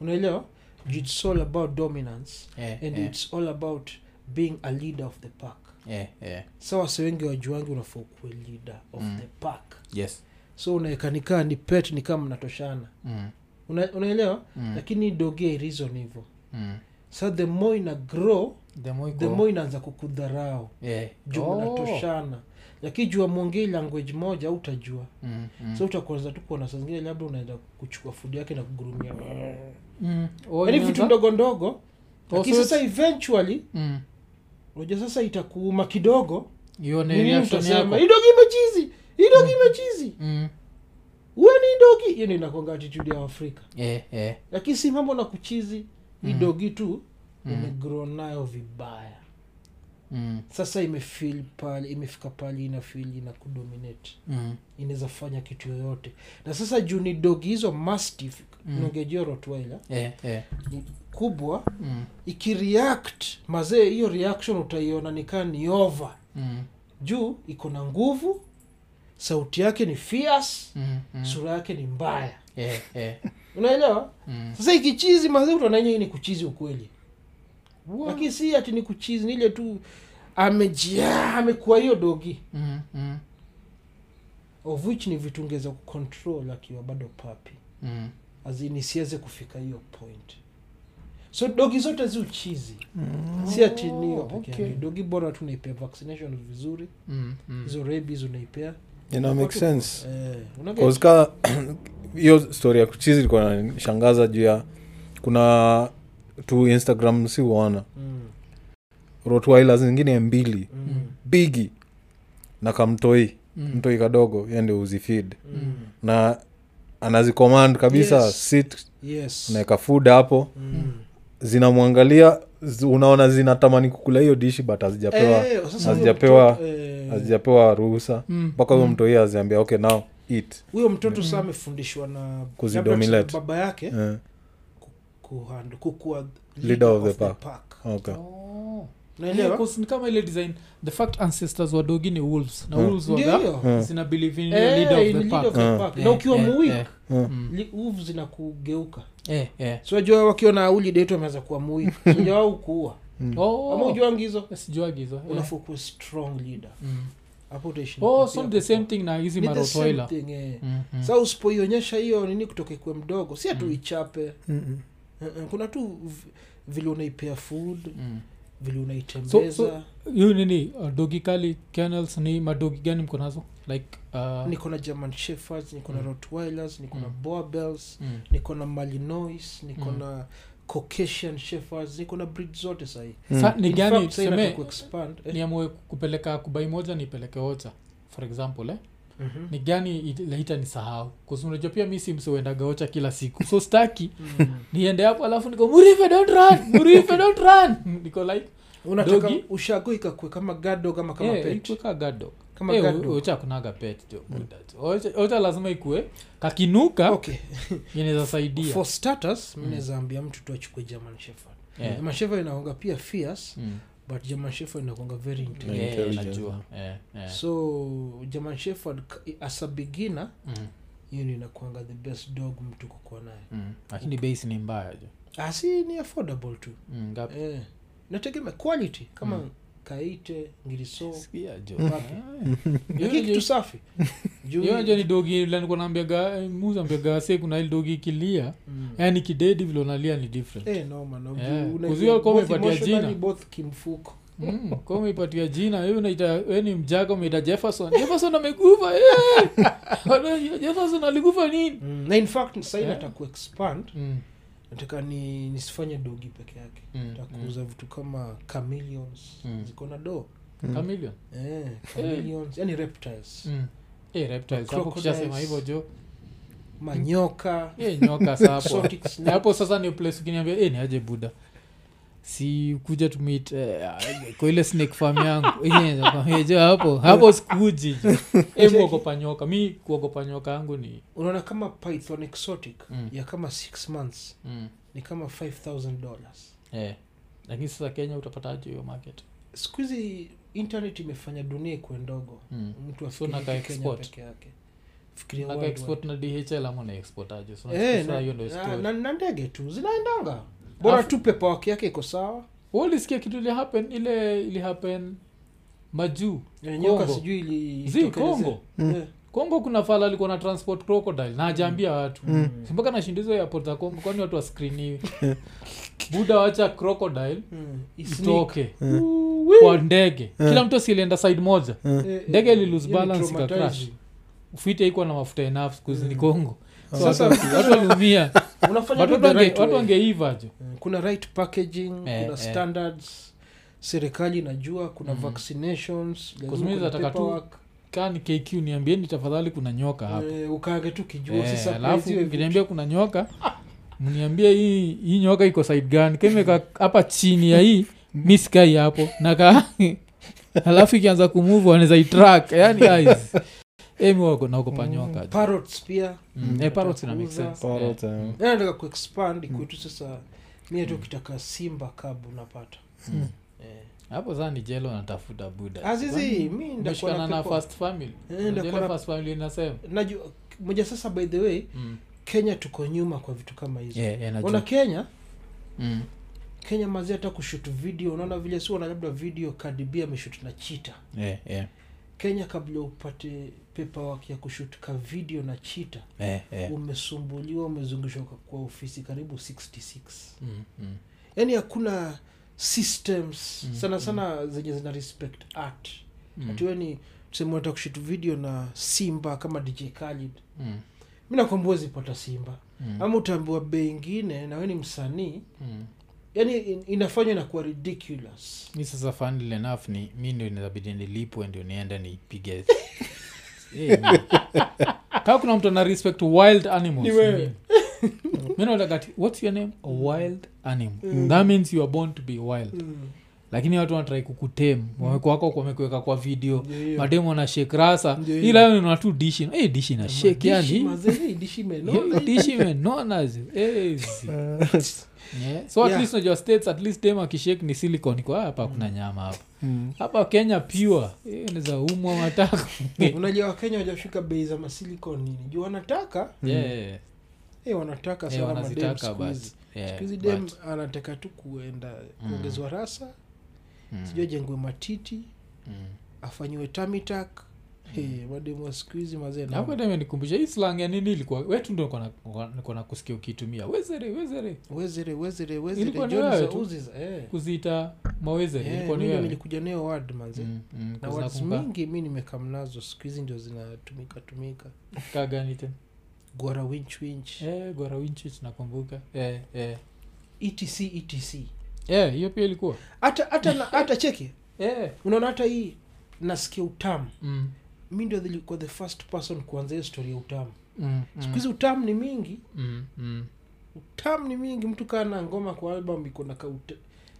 S2: unaelewa Ju- it's all about dominance
S1: Eh,
S2: and
S1: eh,
S2: it's all about being a leader of the pack
S1: eh, eh.
S2: sa wase wengi wajuangi unafaa kuwe leader of
S1: Mm.
S2: the pack
S1: yes
S2: so unaweka nikaa ni pet ni kama mnatoshana
S1: mm,
S2: Una, unaelewa
S1: mm,
S2: lakini dogia irizon hivyo
S1: mm.
S2: sa the more ina grow
S1: the more you
S2: the
S1: go-
S2: more inaanza kukudharau
S1: eh,
S2: juu
S1: oh.
S2: mnatoshana lakini jua mwongei language moja au utajua
S1: Mm, mm,
S2: so utakuanza tu kuona saa zingine labda unaenda kuchukua fudi yake na kugurumia
S1: mm. Oh,
S2: yaani
S1: imeanza-
S2: vitu ndogo ndogo lakini
S1: so
S2: sasa eventually
S1: Mm.
S2: unajua sasa itakuuma kidogo
S1: ione
S2: nini
S1: reaction
S2: utasema
S1: yako.
S2: idogi imechizi idogi imechizi
S1: Mm.
S2: uwe ni idogi hiyo ndo inakonga attitude ya afrika
S1: Eh, eh.
S2: lakini si mambo na kuchizi
S1: Mm-hmm.
S2: idogi tu
S1: Mm.
S2: umegrow nayo vibaya
S1: Mm,
S2: sasa imefeel pale imefika pale inafil ina kudominate
S1: mm,
S2: inaweza fanya kitu yoyote na sasa juu ni dogi hizo mastif
S1: Mm.
S2: mm. nongejia rotwailer
S1: eh, eh.
S2: ni kubwa
S1: Mm,
S2: ikireact mazee hiyo reaction utaiona nikaa ni over
S1: mm,
S2: juu iko na nguvu sauti yake ni fierce
S1: mm, mm.
S2: sura yake ni mbaya
S1: Eh, eh.
S2: unaelewa
S1: Mm.
S2: sasa ikichizi mazee utaonanya hii ni kuchizi ukweli lakini si ati ni kuchizi ni ile tu amejia amekuwa hiyo dogi
S1: Mm, mm,
S2: of which ni vitu ungeweza kucontrol akiwa bado papi
S1: mm.
S2: azini siweze kufika hiyo point so dogi zote zi uchizi mm. si ati niyo peke yake
S1: okay.
S2: dogi bora tu unaipea vaccination vizuri
S1: Mm, mm.
S2: hizo rabies unaipea
S3: ina make sense
S2: eh, unaget-
S3: Cause ka hiyo story ya kuchizi ilikuwa nanishangaza juu ya kuna tu instagram si uona
S2: mm,
S3: rotwailer zingine mbili
S2: mm,
S3: bigi na kamtoi
S1: Mm.
S3: mtoi kadogo yende uzifid
S2: mm.
S3: na anazicommand kabisa
S2: Yes.
S3: sit
S2: yes
S3: naeka food hapo
S2: Mm.
S3: zinamwangalia zi- unaona zinatamani kukula hiyo dishi but hazijapewa
S2: Eh, sasa huyo
S3: hazijapewa-
S2: mtoto, eh,
S3: hazijapewa ruhusa
S2: Hmm.
S1: Mm.
S3: mpaka huyo mtoi aziambia okay now eat
S2: huyo mtoto saa amefundishwa na
S3: Mm. Kuzidominate.
S2: labda baba yake
S3: Eh,
S2: kuhandle kukua
S3: Leader of the pack.
S2: pack.
S3: okay.
S1: Oh. Yeah,
S2: unaelewa
S1: 'cause ni kama ile design the fact ancestors wa dogi ni wolves na
S3: Mm.
S1: wolves
S2: Ndio
S1: waga
S2: hiyo.
S3: Mm.
S1: zina believe in
S2: Eh,
S1: leader of the
S2: in leader
S1: pack
S2: of the
S3: Ah.
S2: pack.
S1: Eh,
S2: na ukiwa
S1: eh,
S2: muwik
S1: eh.
S3: Hmm.
S1: Mm.
S2: zina kugeuka
S1: Eh, eh.
S2: so wajua wakiwa na uli detu ameanza kuwa muwik sijawau kuua
S3: Hmm.
S1: Oh.
S2: ama ujuangi hizo
S1: Sijuagi hizo, eh.
S2: unafaa kuwa strong leader
S1: Mm.
S2: hapo utaishinda
S1: Oh,
S2: pia
S1: so the same thing na hizi
S2: Ni the same
S1: marotwaila
S2: thing, eh.
S1: Mm, mm.
S2: sa usipoionyesha hiyo nini kutoka ikuwe mdogo si hatu ichape
S3: Hmm,
S2: Eh, eh, kuna tu v- vile unaipea food
S1: Mm.
S2: vile unaitembeza
S1: hiyo nini uh, dogi kali kennels ni madogi gani mko nazo like uh,
S2: niko na german shepherds niko na
S1: Mm.
S2: rottweilers niko na
S1: Mm.
S2: boabels
S1: mm,
S2: niko na malinois niko
S1: Mm.
S2: na caucasian shepherds niko na breed zote sahii
S1: sa ni
S2: In
S1: gani
S2: fact, sahii nataka
S1: tuseme
S2: kuexpand, eh.
S1: niamue kupeleka kubai moja nipeleke ocha for example eh?
S2: Mhm.
S1: ni gani it- laita ni sahau kusunajua pia mi simsiuendaga ocha kila siku so staki
S2: Mm.
S1: niende hapo alafu niko murife don't run murife don't run niko like
S2: unataka
S1: Dogi?
S2: ushago ikakue kama gado kama kama
S1: eh,
S2: pet
S1: ikuwe kaa guard dog.
S2: Kama
S1: Eh,
S2: guard
S1: o-
S2: dog.
S1: ocha kunaga pet jo, bulldogs. Ocha- ocha lazima ikue kakinuka
S2: okay
S1: inaweza saidia
S2: for status mnaweza ambia mtu tu achukue german shepherd
S1: Mm. Eh.
S2: german shepherd inaonga pia fierce
S1: Mm.
S2: but german shepherd inakonga very intense
S1: Eh,
S3: intelligent.
S1: najua. Eh, eh.
S2: so german shepherd k- as a beginner
S1: Mm.
S2: hiyo ndio inakuanga the best dog mtu kukuwa naye
S1: Mm. lakini base ni mbaya jo
S2: Ah, si ni affordable tu
S1: Mm, ngapi?
S2: eh. nategemea quality kama
S1: Mm.
S2: kaite ngiriso
S1: Sikia jo.
S2: Wapi?
S1: Eh.
S2: lakini kitu safi Juu-
S1: Hiyo jo ni dogi lanikuwa naambiaga muzambiaga se kuna ile dogi kilia
S2: Mm.
S1: yani kidedi vile unalia ni different
S2: Eh, noma, no,
S1: Eh,
S2: juu una-
S1: kuzuia kwa
S2: both
S1: umepatia jina.
S2: emotionally, both kimfuko
S1: Mm, kwa umeipatia jina we unaita we ni mjaga umeita jefferson jefferson amekufa eh! Wala- jefferson alikufa nini
S2: mm. na in fact sahii
S1: Yeah.
S2: nataka kuexpand
S1: Mm,
S2: nataka ni nisifanye dogi peke yake
S1: mm,
S2: takuuza vitu kama chameleons
S1: Mm.
S2: ziko na do
S1: mm. chameleon
S2: eh, chameleons yani reptiles
S1: Mm. Eh, reptiles hapo
S2: Crocodiles.
S1: kishasema hivyo jo
S2: manyoka
S1: Eh, nyoka sa hapo
S2: exotic
S1: Na
S2: snake
S1: hapo sasa ni place ukiniambia eh, ni aje buda si kuja to meet eh, kwa ile snake farm yangu Eh, nakwambia, jo hapo hapo sikuji jo. Eh, muogopa nyoka mi kuogopa nyoka yangu ni
S2: unaona kama python exotic
S1: Mm.
S2: ya kama six months
S1: mm,
S2: ni kama 5000 dollars
S1: eh. lakini sasa kenya utapataje hiyo market
S2: siku hizi internet imefanya dunia ikuwe ndogo
S1: mm.
S2: mtu
S1: So unataka
S2: afikiri tu Kenya
S1: export.
S2: peke yake fikiria
S1: Unataka
S2: worldwide.
S1: export na dhl ama unaexportaje so
S2: Eh,
S1: unasikia hiyo
S2: na-
S1: ndio
S2: na-
S1: story
S2: na na ndege tu zinaendanga bora tu pepa wake yake iko sawa
S1: ulisikia kitu ili happen ile ili happen majuu
S2: nyoka
S1: Kongo.
S2: sijui ili-
S1: Zi,
S2: itokelezee.
S1: Kongo.
S2: Eh.
S1: kongo kuna fala alikuwa na transport crocodile na ajaambia watu mm. mpaka nashindizo airport za kongo kwani watu wascreeniwe buda wacha crocodile
S2: Mm.
S1: itoke
S2: Uwe.
S1: kwa ndege kila mtu asilienda side moja
S2: Eh,
S1: ndege
S2: eh,
S1: ililose
S2: yani
S1: balance ika
S2: traumatizing.
S1: crash. ufite ikuwa na mafuta enough skuzi ni kongo
S2: Sasa-
S1: sasa watu waliumia
S2: Unafanya
S1: But
S2: tu
S1: watu
S2: the
S1: wange-
S2: right
S1: watu
S2: way.
S1: wangeiva jo
S2: Mm. kuna right packaging
S1: Eh,
S2: kuna
S1: eh.
S2: standards serikali inajua kuna
S1: Mm.
S2: vaccinations lazima
S1: Cause mimi
S2: kuna
S1: nataka tu
S2: paperwork,
S1: kani kq niambieni tafadhali kuna nyoka hapa
S2: eh, ukaage tu kijua
S1: Eh,
S2: sasa
S1: alafu
S2: hizi-
S1: ukiniambia kuna nyoka mniambie hii hii nyoka iko side gani kemeka hapa chini ya hii mi sikai hapo nakaa alafu ikianza kumove wanaweza itrack yani guys emi wako naogopa
S2: Mm.
S1: nyoka
S2: parrots pia
S1: Mm, eh, parrots ina make
S2: Watakuuza.
S1: sense, eh.
S3: Parrot, eh.
S2: Eh, nataka kuexpand
S1: Mm.
S2: kwetu sasa mie tu kitaka simba kab unapata
S1: Mm.
S2: Eh.
S1: hapo saa ni jelo natafuta buda
S2: azizi mi ndakuwa
S1: meshikana na
S2: napekwa-
S1: first family
S2: Eh, ndakuwa
S1: Unajua ile
S2: na-
S1: first family inasema
S2: najua moja sasa by the way
S1: Mm.
S2: kenya tuko nyuma kwa vitu kama hizo
S1: Yeah, yeah, najua.
S2: ona kenya
S1: Mm.
S2: kenya mazi hata kushut video unaona vile si wana labda video kadibia ameshut na chita
S1: Eh, eh,
S2: kenya kabla upate paperwork ya kushut ka video na chita
S1: eh, eh.
S2: umesumbuliwa umezungushwa kwa- kwa ofisi karibu 66
S1: Mm, mm.
S2: yaani hakuna systems
S1: Mm,
S2: sana sana zenye zina respect art
S1: Mm,
S2: hatiwe ni tuseme unataka kushut video na simba kama dj Khaled
S1: mm,
S2: mi nakwambia huwezi pata simba
S1: mm,
S2: ama utaambiwa bei ingine na we ni msanii
S1: mm.
S2: yani in- inafanywa inakuwa ridiculous
S1: mi sasa funnily enough ni mi ndio inabidi nilipwe ndio niende nipige kaa kuna mtu ana respect wild animals
S2: Ni wewe.
S1: minolagati whats your name a wild animal
S2: Mm.
S1: that means you are born to be wild lakini watu wanatrai kukutemu wamekwako wamekuweka kwa video
S2: Ndio hiyo.
S1: mademu wanashek rasa
S2: Ndio hiyo.
S1: ila nina tu dishi Eh, dishi na shek
S2: Dishi,
S1: yani
S2: mazee, dishi imenona.
S1: Eh, dishi imenona zi. Eh, zi. Yeah. so at
S2: Yeah.
S1: least unajua states at least dem akishake ni silicon kwa hapa kuna nyama hapa
S3: Mm.
S1: hapa kenya pure Eh, unaweza umwa matako
S2: unajua wakenya wajafika bei za masilikoni nini juu wanataka
S1: Yeah.
S2: eh, wanataka
S1: Eh,
S2: sana madem
S1: wanazitaka
S2: siku
S1: but
S2: hizi
S1: yeah,
S2: Siku hizi
S1: but-
S2: dem anataka tu kuenda kuongezwa rasa
S1: Mm,
S2: sijui ajengwe matiti
S1: mm.
S2: afanyiwe tamitak Hey, mademu wa siku hizi mazee na-
S1: hapo nikumbusha hii slang ya nini ilikuwa wetu ndo nilikuwa na- nilikuwa na kusikia ukiitumia wezere wezere
S2: wezere wezere wezere
S1: Ilikuwa ni
S2: Johnny
S1: wewe
S2: za
S1: tu.
S2: uzi za- eh.
S1: kuziita mawezere
S2: Eh,
S1: ilikuwa ni
S2: mimi
S1: wewe
S2: nilikuja nayo word manze
S1: Mm, mm, kwa
S2: na words
S1: zinakumbuka.
S2: mingi mi nimekaa mnazo siku hizi ndio zinatumika tumika
S1: Kaa gani tena
S2: gwara winch winch
S1: Eh, gora winchich nakumbuka Eh, eh.
S2: etc etc
S1: Eh, hiyo pia ilikuwa
S2: E hata hata na- hata cheki
S1: Eh,
S2: unaona hata hii nasikia utamu
S1: mm,
S2: mi ndio nilikuwa the first person kuanza hiyo story ya utamu
S1: mm,
S2: siku
S1: mm,
S2: hizi utamu ni mingi
S1: mm, mm,
S2: utamu ni mingi mtu kaa na ngoma kwa album iko na kaute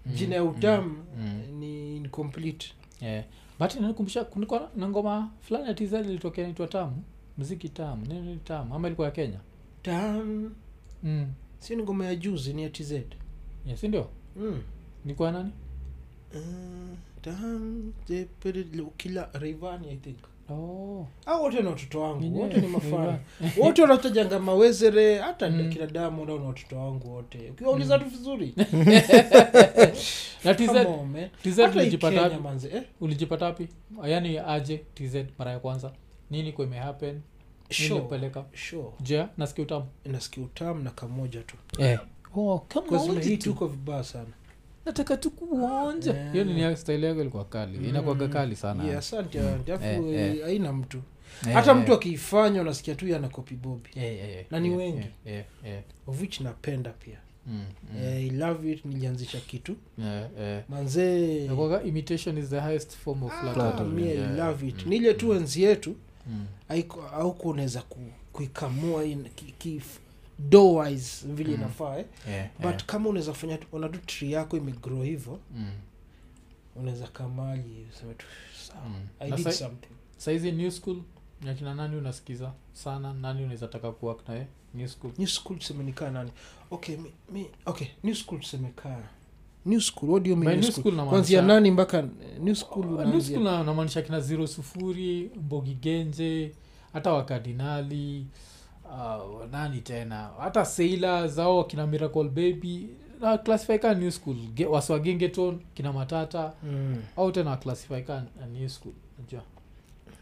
S1: mm,
S2: jina ya utamu
S1: mm, mm.
S2: ni incomplete
S1: yeah. but nanikumbusha kulikuwa na ngoma fulani ya tz ilitokea naitwa tamu mziki tamu nini tamu ama ilikuwa ya kenya
S2: tam
S1: mm.
S2: sio ni ngoma ya juzi ni ya tz
S1: yeah, sindio
S2: mm.
S1: nikuwa nani Ah.
S2: Uh, tam they put it- kila rivani i think
S1: oh.
S2: au wote ni watoto wangu wote ni
S1: Yenyewe,
S2: mafana wote wanatajanga mawezere hata
S1: Mm.
S2: mm. kila damu nao ni watoto wangu wote ukiwauliza tu vizuri
S1: na
S2: Come
S1: tz
S2: on, man.
S1: TZ
S2: Hata hii
S1: ulijipata
S2: Kenya,
S1: wapi?
S2: manze, eh?
S1: ulijipata wapi yaani aje tz mara ya kwanza nini kwa imehappen
S2: Sure,
S1: nilipeleka
S2: sure.
S1: jea nasikia utamu
S2: nasikia utamu na kamoja tu
S1: eh. oh, come
S2: Kwa zile
S1: on,
S2: hii
S1: tu.
S2: tuko vibaya sana
S1: nataka tu kuonja
S2: Eh. Mm.
S1: hiyo nini staili yako ilikuwa kali inakuaga Mm. kali sana
S2: Yeah, asante asante alafu
S1: Eh,
S2: eh, haina mtu
S1: Eh,
S2: hata
S1: eh.
S2: mtu akiifanya unasikia tu yanakopi bobi
S1: Eh, eh, eh,
S2: Na ni
S1: eh,
S2: wengi.
S1: eh, eh, eh.
S2: of which napenda pia
S1: Mm, mm.
S2: eh, I love it nilianzisha kitu
S1: Eh, eh.
S2: manzee
S1: Inakuwaga imitation is the highest form of
S2: ah,
S1: flattery.
S2: mi I
S1: Yeah.
S2: love it nile tu enzi yetu
S1: Mm.
S2: haiko- haukuwa unaweza ku, kuikamua in- ki, ki, doorwise vile
S1: Mm.
S2: inafaa eh?
S1: Yeah,
S2: but
S1: yeah.
S2: kama unaweza fanya tu- ona tu tree yako imegrow hivyo
S1: Mm,
S2: unaweza kamali useme tu sawa
S1: mm.
S2: I
S1: Na
S2: did
S1: sa-
S2: something
S1: saizi new school nakina nani unasikiza sana nani unaweza taka kuwak naye new school
S2: new school tuseme nikaa nani okay mi, mi okay new school tuseme kaa new school what do you mean
S1: By
S2: new
S1: new
S2: school?
S1: school namaanisha-
S2: kuanzia nani mpaka eh, new school
S1: Uh, new
S2: unaanzia-
S1: school na- namaanisha kina zero sufuri mbogi genje hata wakardinali uh, nani tena hata sailors au kina miracle baby na classify ka new school Ge- waswagengeton kina matata
S2: mm.
S1: au tena waclassify ka na new school najua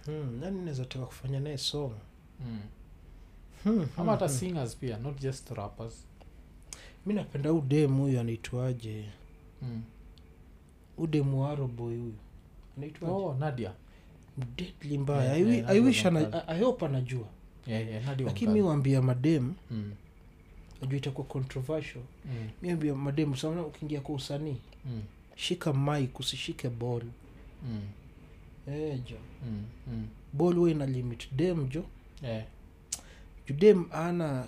S2: mm. nani naweza taka kufanya naye song
S1: mm.
S2: hmm.
S1: ama hata singers pia not just rappers
S2: mi napenda huu demu huyu anaitwaje
S1: mm.
S2: huu demu waroboy huyu anaitwaje
S1: oh, nadia
S2: deadly mbaya
S1: Yeah,
S2: I wi-
S1: yeah,
S2: I wish
S1: najua
S2: ana- I- I hope anajua
S1: yeah, yeah, nadia wa
S2: lakini mi
S1: Mkali.
S2: waambia mademu
S1: mm.
S2: najua itakuwa controversial
S1: Mm.
S2: mi waambia mademu sana ukiingia kwa usanii
S1: Mm.
S2: shika mik usishike bol
S1: Mm.
S2: eh, jo
S1: Mm. Mm.
S2: bol huwa ina limit dem jo
S1: Yeah.
S2: Ju dem ana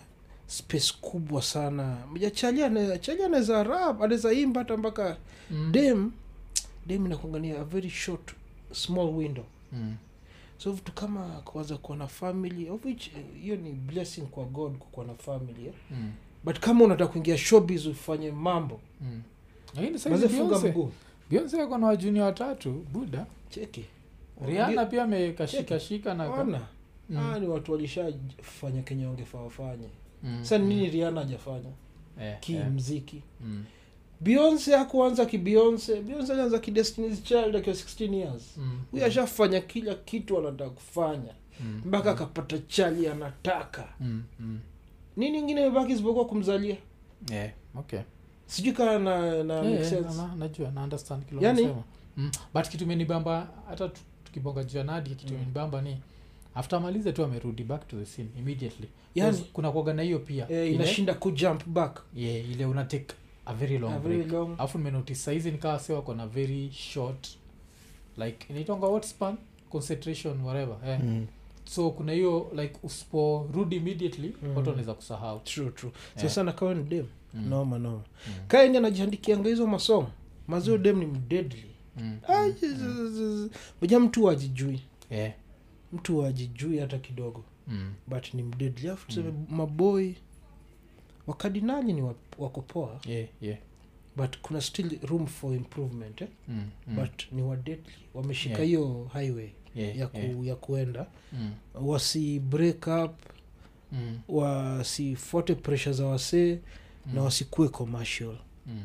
S2: space kubwa sana Mja chalia ana- chalia anaweza rap anaweza imba hata mpaka
S1: Mm.
S2: dem dem inakuangania a very short small window
S1: Mm.
S2: so vitu kama kuanza kuwa na family of which eh, hiyo ni blessing kwa god kukuwa na family eh?
S1: Mm.
S2: but kama unataka kuingia showbiz ufanye mambo
S1: Mm. lakini saizi
S2: maze funga
S1: Beyonce-
S2: mguu
S1: beyonce ako na wajuni watatu buda
S2: cheki
S1: riana pia
S2: Cheki.
S1: amekashikashika na
S2: ona
S1: Mm.
S2: mm. ni watu walishafanya kenye wangefaa wafanye
S1: Mm,
S2: sa
S1: mm.
S2: nini riana hajafanya
S1: Eh, eh,
S2: kimziki
S1: mm,
S2: beyonce akuanza kibeyonce beyonce alianza kidestiny's child akiwa 16 years
S1: mm,
S2: huyu ashafanya kila kitu anataka kufanya
S1: mm,
S2: mpaka akapata chali anataka
S1: mm, mm.
S2: nini ingine imebaki isipokuwa kumzalia
S1: Eh, okay.
S2: sijui kaa na, na
S1: Eh,
S2: make
S1: eh,
S2: sense.
S1: na- na- najua na understand kile
S2: Yani-
S1: unasema. mm. but kitu imenibamba hata tu- tukibonga jua nadi kitu
S2: Mm.
S1: imenibamba ni after amalize tu amerudi back to the scene immediately
S2: Yani-
S1: Because kuna kuaga na hiyo pia
S2: Yaani, eh,
S1: ile,
S2: inashinda kujump back
S1: yeah, ile una take a very long
S2: A
S1: break. Ah,
S2: very long-
S1: alafu nimenotice saizi nikawa sewa kona very short like inaitonga what span concentration whatever eh.
S3: Mm.
S1: so kuna hiyo like usiporudi immediately
S2: Mm.
S1: watu wanaweza kusahau
S2: true true so
S1: Yeah.
S2: sana kawa ni dem
S1: eh. Mm.
S2: noma noma
S1: Mm.
S2: kaa ende anajiandikianga hizo masomo mazio dem ni mdedli
S1: Mm.
S2: Ah, zi- zi- zi- zi. moja mtu ajijui
S1: Yeah.
S2: mtu ajijui hata kidogo
S1: Mm.
S2: but ni mdedli afu tuseme maboi wakardinali ni wa- wako poa
S1: Yeah, yeah.
S2: but kuna still room for improvement eh?
S1: Mm. Mm.
S2: but ni wadedli wameshika
S1: Yeah.
S2: hiyo highway
S1: Yeah,
S2: ya, ku,
S1: yeah.
S2: ya kuenda
S1: Mm.
S2: wasi break up
S1: Mm.
S2: wasifuate pressure za wasee mm. na wasikue commercial
S1: Mm.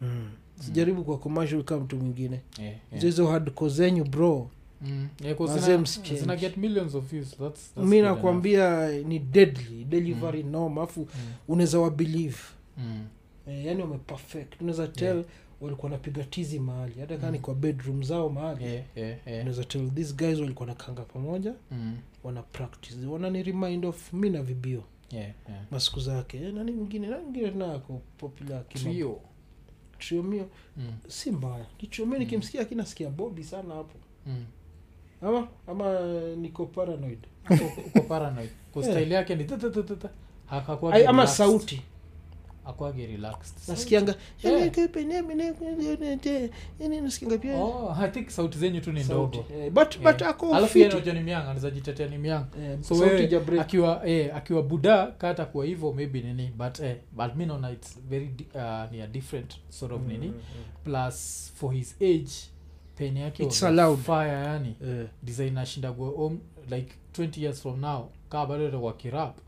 S2: mm. sijaribu kuwa commercial kama mtu mwingine
S1: Yeah, yeah.
S2: hizo hizo hardcore zenyu bro
S1: Mm. Yeah, 'cause
S2: Wazee
S1: zina-
S2: msichange.
S1: zina get millions of views. That's- that's
S2: mi
S1: good
S2: nakwambia ni deadly delivery mm. noma afu
S1: Mm.
S2: unaweza wabelieve
S1: enough. Mm.
S2: eh, yani wameperfect unaweza tell
S1: Yeah.
S2: walikuwa napiga tizi mahali hata kaa ni
S1: Mm.
S2: kwa bedroom zao mahali
S1: Yeah, yeah, yeah.
S2: unaweza tell these guys walikuwa nakanga pamoja
S1: Mm.
S2: wana practice wana ni remind of mi na vibio
S1: Yeah, yeah.
S2: masiku zake eh, nani mwingine nani mwingine tena ako popular kima-
S1: Trio.
S2: trio mio
S1: Mm.
S2: si mbaya kichomio nikimsikia lakini nasikia bobi sana hapo
S1: Mm.
S2: ama ama eh, niko paranoid
S1: Uko- uko paranoid. 'Cause
S2: Yeah.
S1: style yake ni ta- ta- ta- ta- ta. Hakakuwagi
S2: Ai, ama
S1: relaxed.
S2: sauti
S1: Hakuwagi relaxed.
S2: nasikianga "Eh,
S1: Yeah.
S2: yani Eh, nasikianga pia
S1: Oh, I think sauti zenyu tu ni
S2: sauti.
S1: ndogo
S2: Eh, but but
S1: Yeah.
S2: ako
S1: alafu yeye
S2: fit
S1: anajua ni myang anaweza jitetea ni myang
S2: Eh,
S1: so
S2: sauti ja
S1: wewe
S2: break
S1: akiwa eh, akiwa buda kata kuwa hivyo maybe nini but eh, but mi naona its very di- uh, ni a different sort of mm. nini plus for his age pen yake was
S2: It's
S1: on
S2: allowed.
S1: fire yani
S2: Eh,
S1: design ashinda go home like 20 years from now kaa bado atakuwa kirap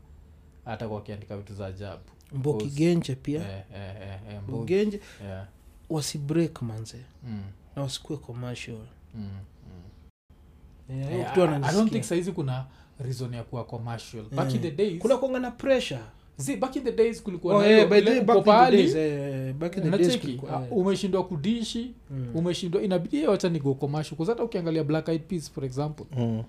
S1: atakuwa akiandika vitu za ajabu
S2: mboki
S1: Cause-
S2: genje pia
S1: eh, eh, eh, eh, Mbogi.
S2: mbogenje
S1: yeah.
S2: wasibreak manze
S1: mm.
S2: na wasikue commercial
S1: Mm.
S2: Eh,
S1: Eh,
S2: mtu
S1: I- I don't
S2: ananisikia.
S1: think saizi kuna reason ya kuwa commercial back in
S2: Eh.
S1: the days
S2: kuna kuanga na pressure
S1: zi back in the days kulikuwa
S2: Oh,
S1: na
S2: eh,
S1: hiyo
S2: by the
S1: ile
S2: way,
S1: uko
S2: back in the
S1: pahali,
S2: days, eh, back in the days
S1: unacheki
S2: kulikuwa,
S1: ah,
S2: eh,
S1: umeshindwa kudishi
S2: mm.
S1: umeshindwa inabidi eh, wacha nigo commercial kwanza hata ukiangalia black eyed peas for example
S3: Mm.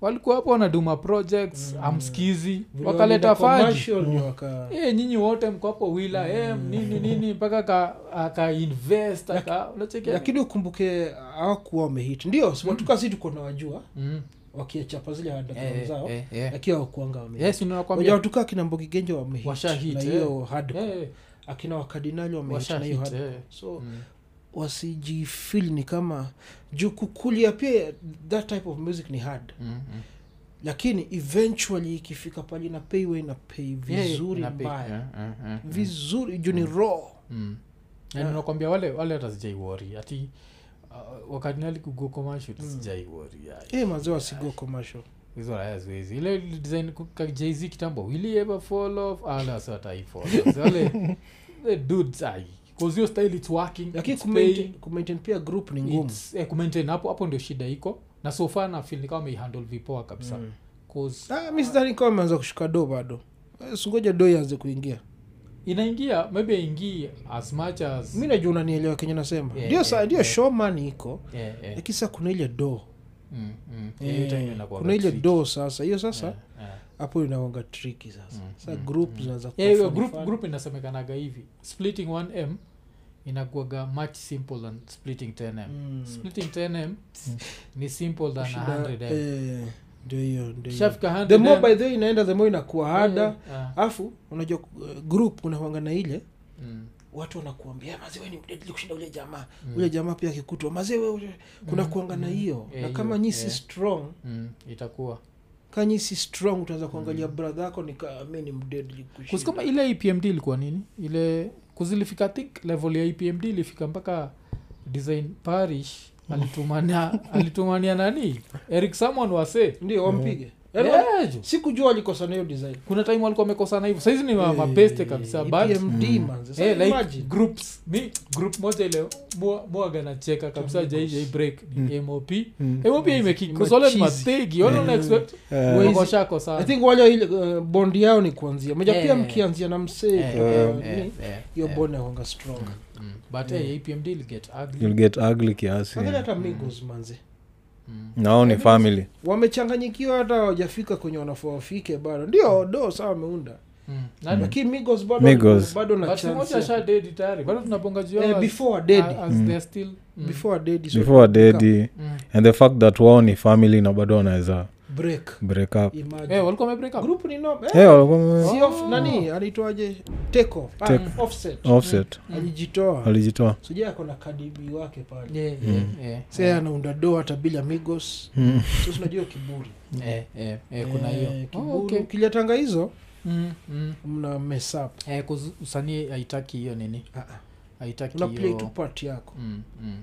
S1: walikuwa hapo wanaduma projects
S2: Mm.
S1: amskizi
S2: Vile
S1: wakaleta
S2: walivyo
S1: faji
S2: commercial Hmm. ndio waka-
S1: e, nyinyi wote mko hapo wila em, nini nini mpaka ka- akainvest aka unachekia
S2: lakini ukumbuke hawakuwa wamehit ndio si
S1: Mm.
S2: watu kasi tuko na wajua
S1: Hmm.
S2: wakiachapa zile hardcore zao lakini hawakuanga wamehit
S1: Eh, yes
S2: Wajua
S1: ninakwambia
S2: watu kaa akina mbogi genje wamehit
S1: Washahit,
S2: na
S1: eh.
S2: hiyo hardcore.
S1: Eh, eh,
S2: akina wakardinali wamehit na hiyo
S1: washahit,
S2: hardcore.
S1: eh.
S2: so
S1: Mm.
S2: wasijifil ni kama juu kukulia pia that type of music ni hard
S1: Mm, mm.
S2: lakini eventually ikifika pali na pay we na pay
S1: Yeah,
S2: vizuri
S1: inapi-
S2: mbaya
S1: Hmm, eh, eh, eh, eh.
S2: vizuri juu ni raw
S1: Mm. Na
S2: Yeah.
S1: ninakwambia wale wale hata sijaiwori ati uh, wakardinali kugo commercial
S2: Hmm.
S1: sijaiwori ya.
S2: Eh, mazee wasigo commercial
S1: hizo raya ziwezi ile Ah, design jz kitambo will he ever fall off ala so ataifall off. So wale the dudes ai cause your style it's working
S2: lakini
S1: it's paying,
S2: kumaintain kumaintain pia group ni ngumu
S1: it's, eh, kumaintain hapo hapo ndio shida iko na so far na feel ni kama meihandle vipoa kabisa mm. cause
S2: Ah, mi sidhani kama ameanza kushuka do bado Eh, singoja do ianze kuingia
S1: inaingia maybe aingii as much as
S2: mi najua unanielewa kenye nasema
S1: Yeah,
S2: ndio sa-
S1: yeah,
S2: ndio
S1: yeah.
S2: showman iko
S1: yeah, yeah.
S2: lakini sasa kuna ile do
S1: eh, mm, mm.
S2: Eh,
S1: Hiyo time Eh, inakuwa
S2: kuna ile
S1: tricky.
S2: do sasa hiyo sasa
S1: yeah.
S2: hapo inawanga triki sasa sa group zinaweza
S1: Yeah, hiyo
S2: kuwa
S1: group,
S2: funny.
S1: group inasemekanaga hivi splitting 1m inakuaga much simple than splitting 10m
S2: Mm.
S1: splitting 10m ni simple than
S2: Shida,
S1: 100m
S2: eh, ndio hiyo ndio hiyo.
S1: shafika
S2: the
S1: 100M,
S2: more by the way inaenda the more inakuwa
S1: eh,
S2: hada
S1: ah,
S2: alafu unajua eh, group unakwanga na ile
S1: mm,
S2: watu wanakuambia mazee we ni mdedli kushinda ule jamaa ule jamaa pia akikutwa mazee we kuna kuanga na Mm. hiyo
S1: Eh,
S2: na
S1: hiyo,
S2: kama nyi si
S1: eh.
S2: strong
S1: mm, itakuwa
S2: kama nyi si strong utaanza kuangalia brother yako nika mi ni mdedli
S1: kusikama ile apmd ilikuwa nini ile kuzilifika think level ya apmd ilifika mpaka design parish alitumania alitumania nani eric samon wase
S2: ndio wampige Yaani wa-
S1: yeah, jo.
S2: sikujua walikosana hiyo design
S1: kuna time walikuwa wamekosana hivyo saizi ni ma-
S2: Eh,
S1: mapeste kabisa but
S2: BMD man, sasa
S1: Eh, like
S2: imagine.
S1: groups mi group moja ile mwa- mwaga na cheka kabisa jaijai break ni mop mop imekikozole ni
S2: Machizi.
S1: mastegi unaexpect
S3: Mm.
S2: Uh,
S3: Eh,
S2: Wezi.
S1: wakoshako
S2: i
S1: sana
S2: think wale ile uh, bond yao ni kuanzia moja
S1: Eh.
S2: pia mkianzia na msee
S1: Eh,
S2: kutoka
S1: eh,
S2: nini,
S1: eh,
S2: hiyo
S1: eh.
S2: bond nakwanga strong
S1: Mm. but eh, apmd will get ugly
S3: you'll get ugly kiasi
S2: angalia hata migos manze
S1: Mm.
S3: nao ni family
S2: wamechanganyikiwa hata wajafika kwenye wanafaa wafike bado ndio do sawa wameunda
S1: Mm. Nani?
S2: lakini migos bado
S3: Migos.
S2: bado na
S1: But si moja
S2: chance
S1: asha dedi tayari bado tunaponga juu yao
S2: eh,
S1: as-
S2: before dead
S1: a- as they're still Ah, mm.
S2: before dead so
S3: before dedi
S1: Mm.
S3: and the fact that wao ni family na bado wanaweza
S2: break
S3: break up
S1: Eh,
S2: imagine
S1: walikuwa wamebreak up?
S2: group ni no eh,
S3: Eh, walikuwa wame-
S2: si off nani alitoaje take off ah,
S3: Take- Oh.
S2: offset
S3: offset
S2: alijitoa
S3: walijitoa
S2: sijui ako na kadibi wake pale
S1: Yeah, yeah, yeah. Eh,
S2: sa anaunda do hata bila migos
S3: Mm.
S2: sasa unajua kiburi
S1: Eh, eh, eh, kuna hiyo
S2: Eh, kiburi
S1: Oh, okay.
S2: ukiletanga hizo
S1: Mm, mm.
S2: mna mess up
S1: Eh, 'cause usanii haitaki hiyo nini
S2: Ah,
S1: haitaki
S2: una play tu
S1: hiyo
S2: part yako
S1: Mm, mm, mm.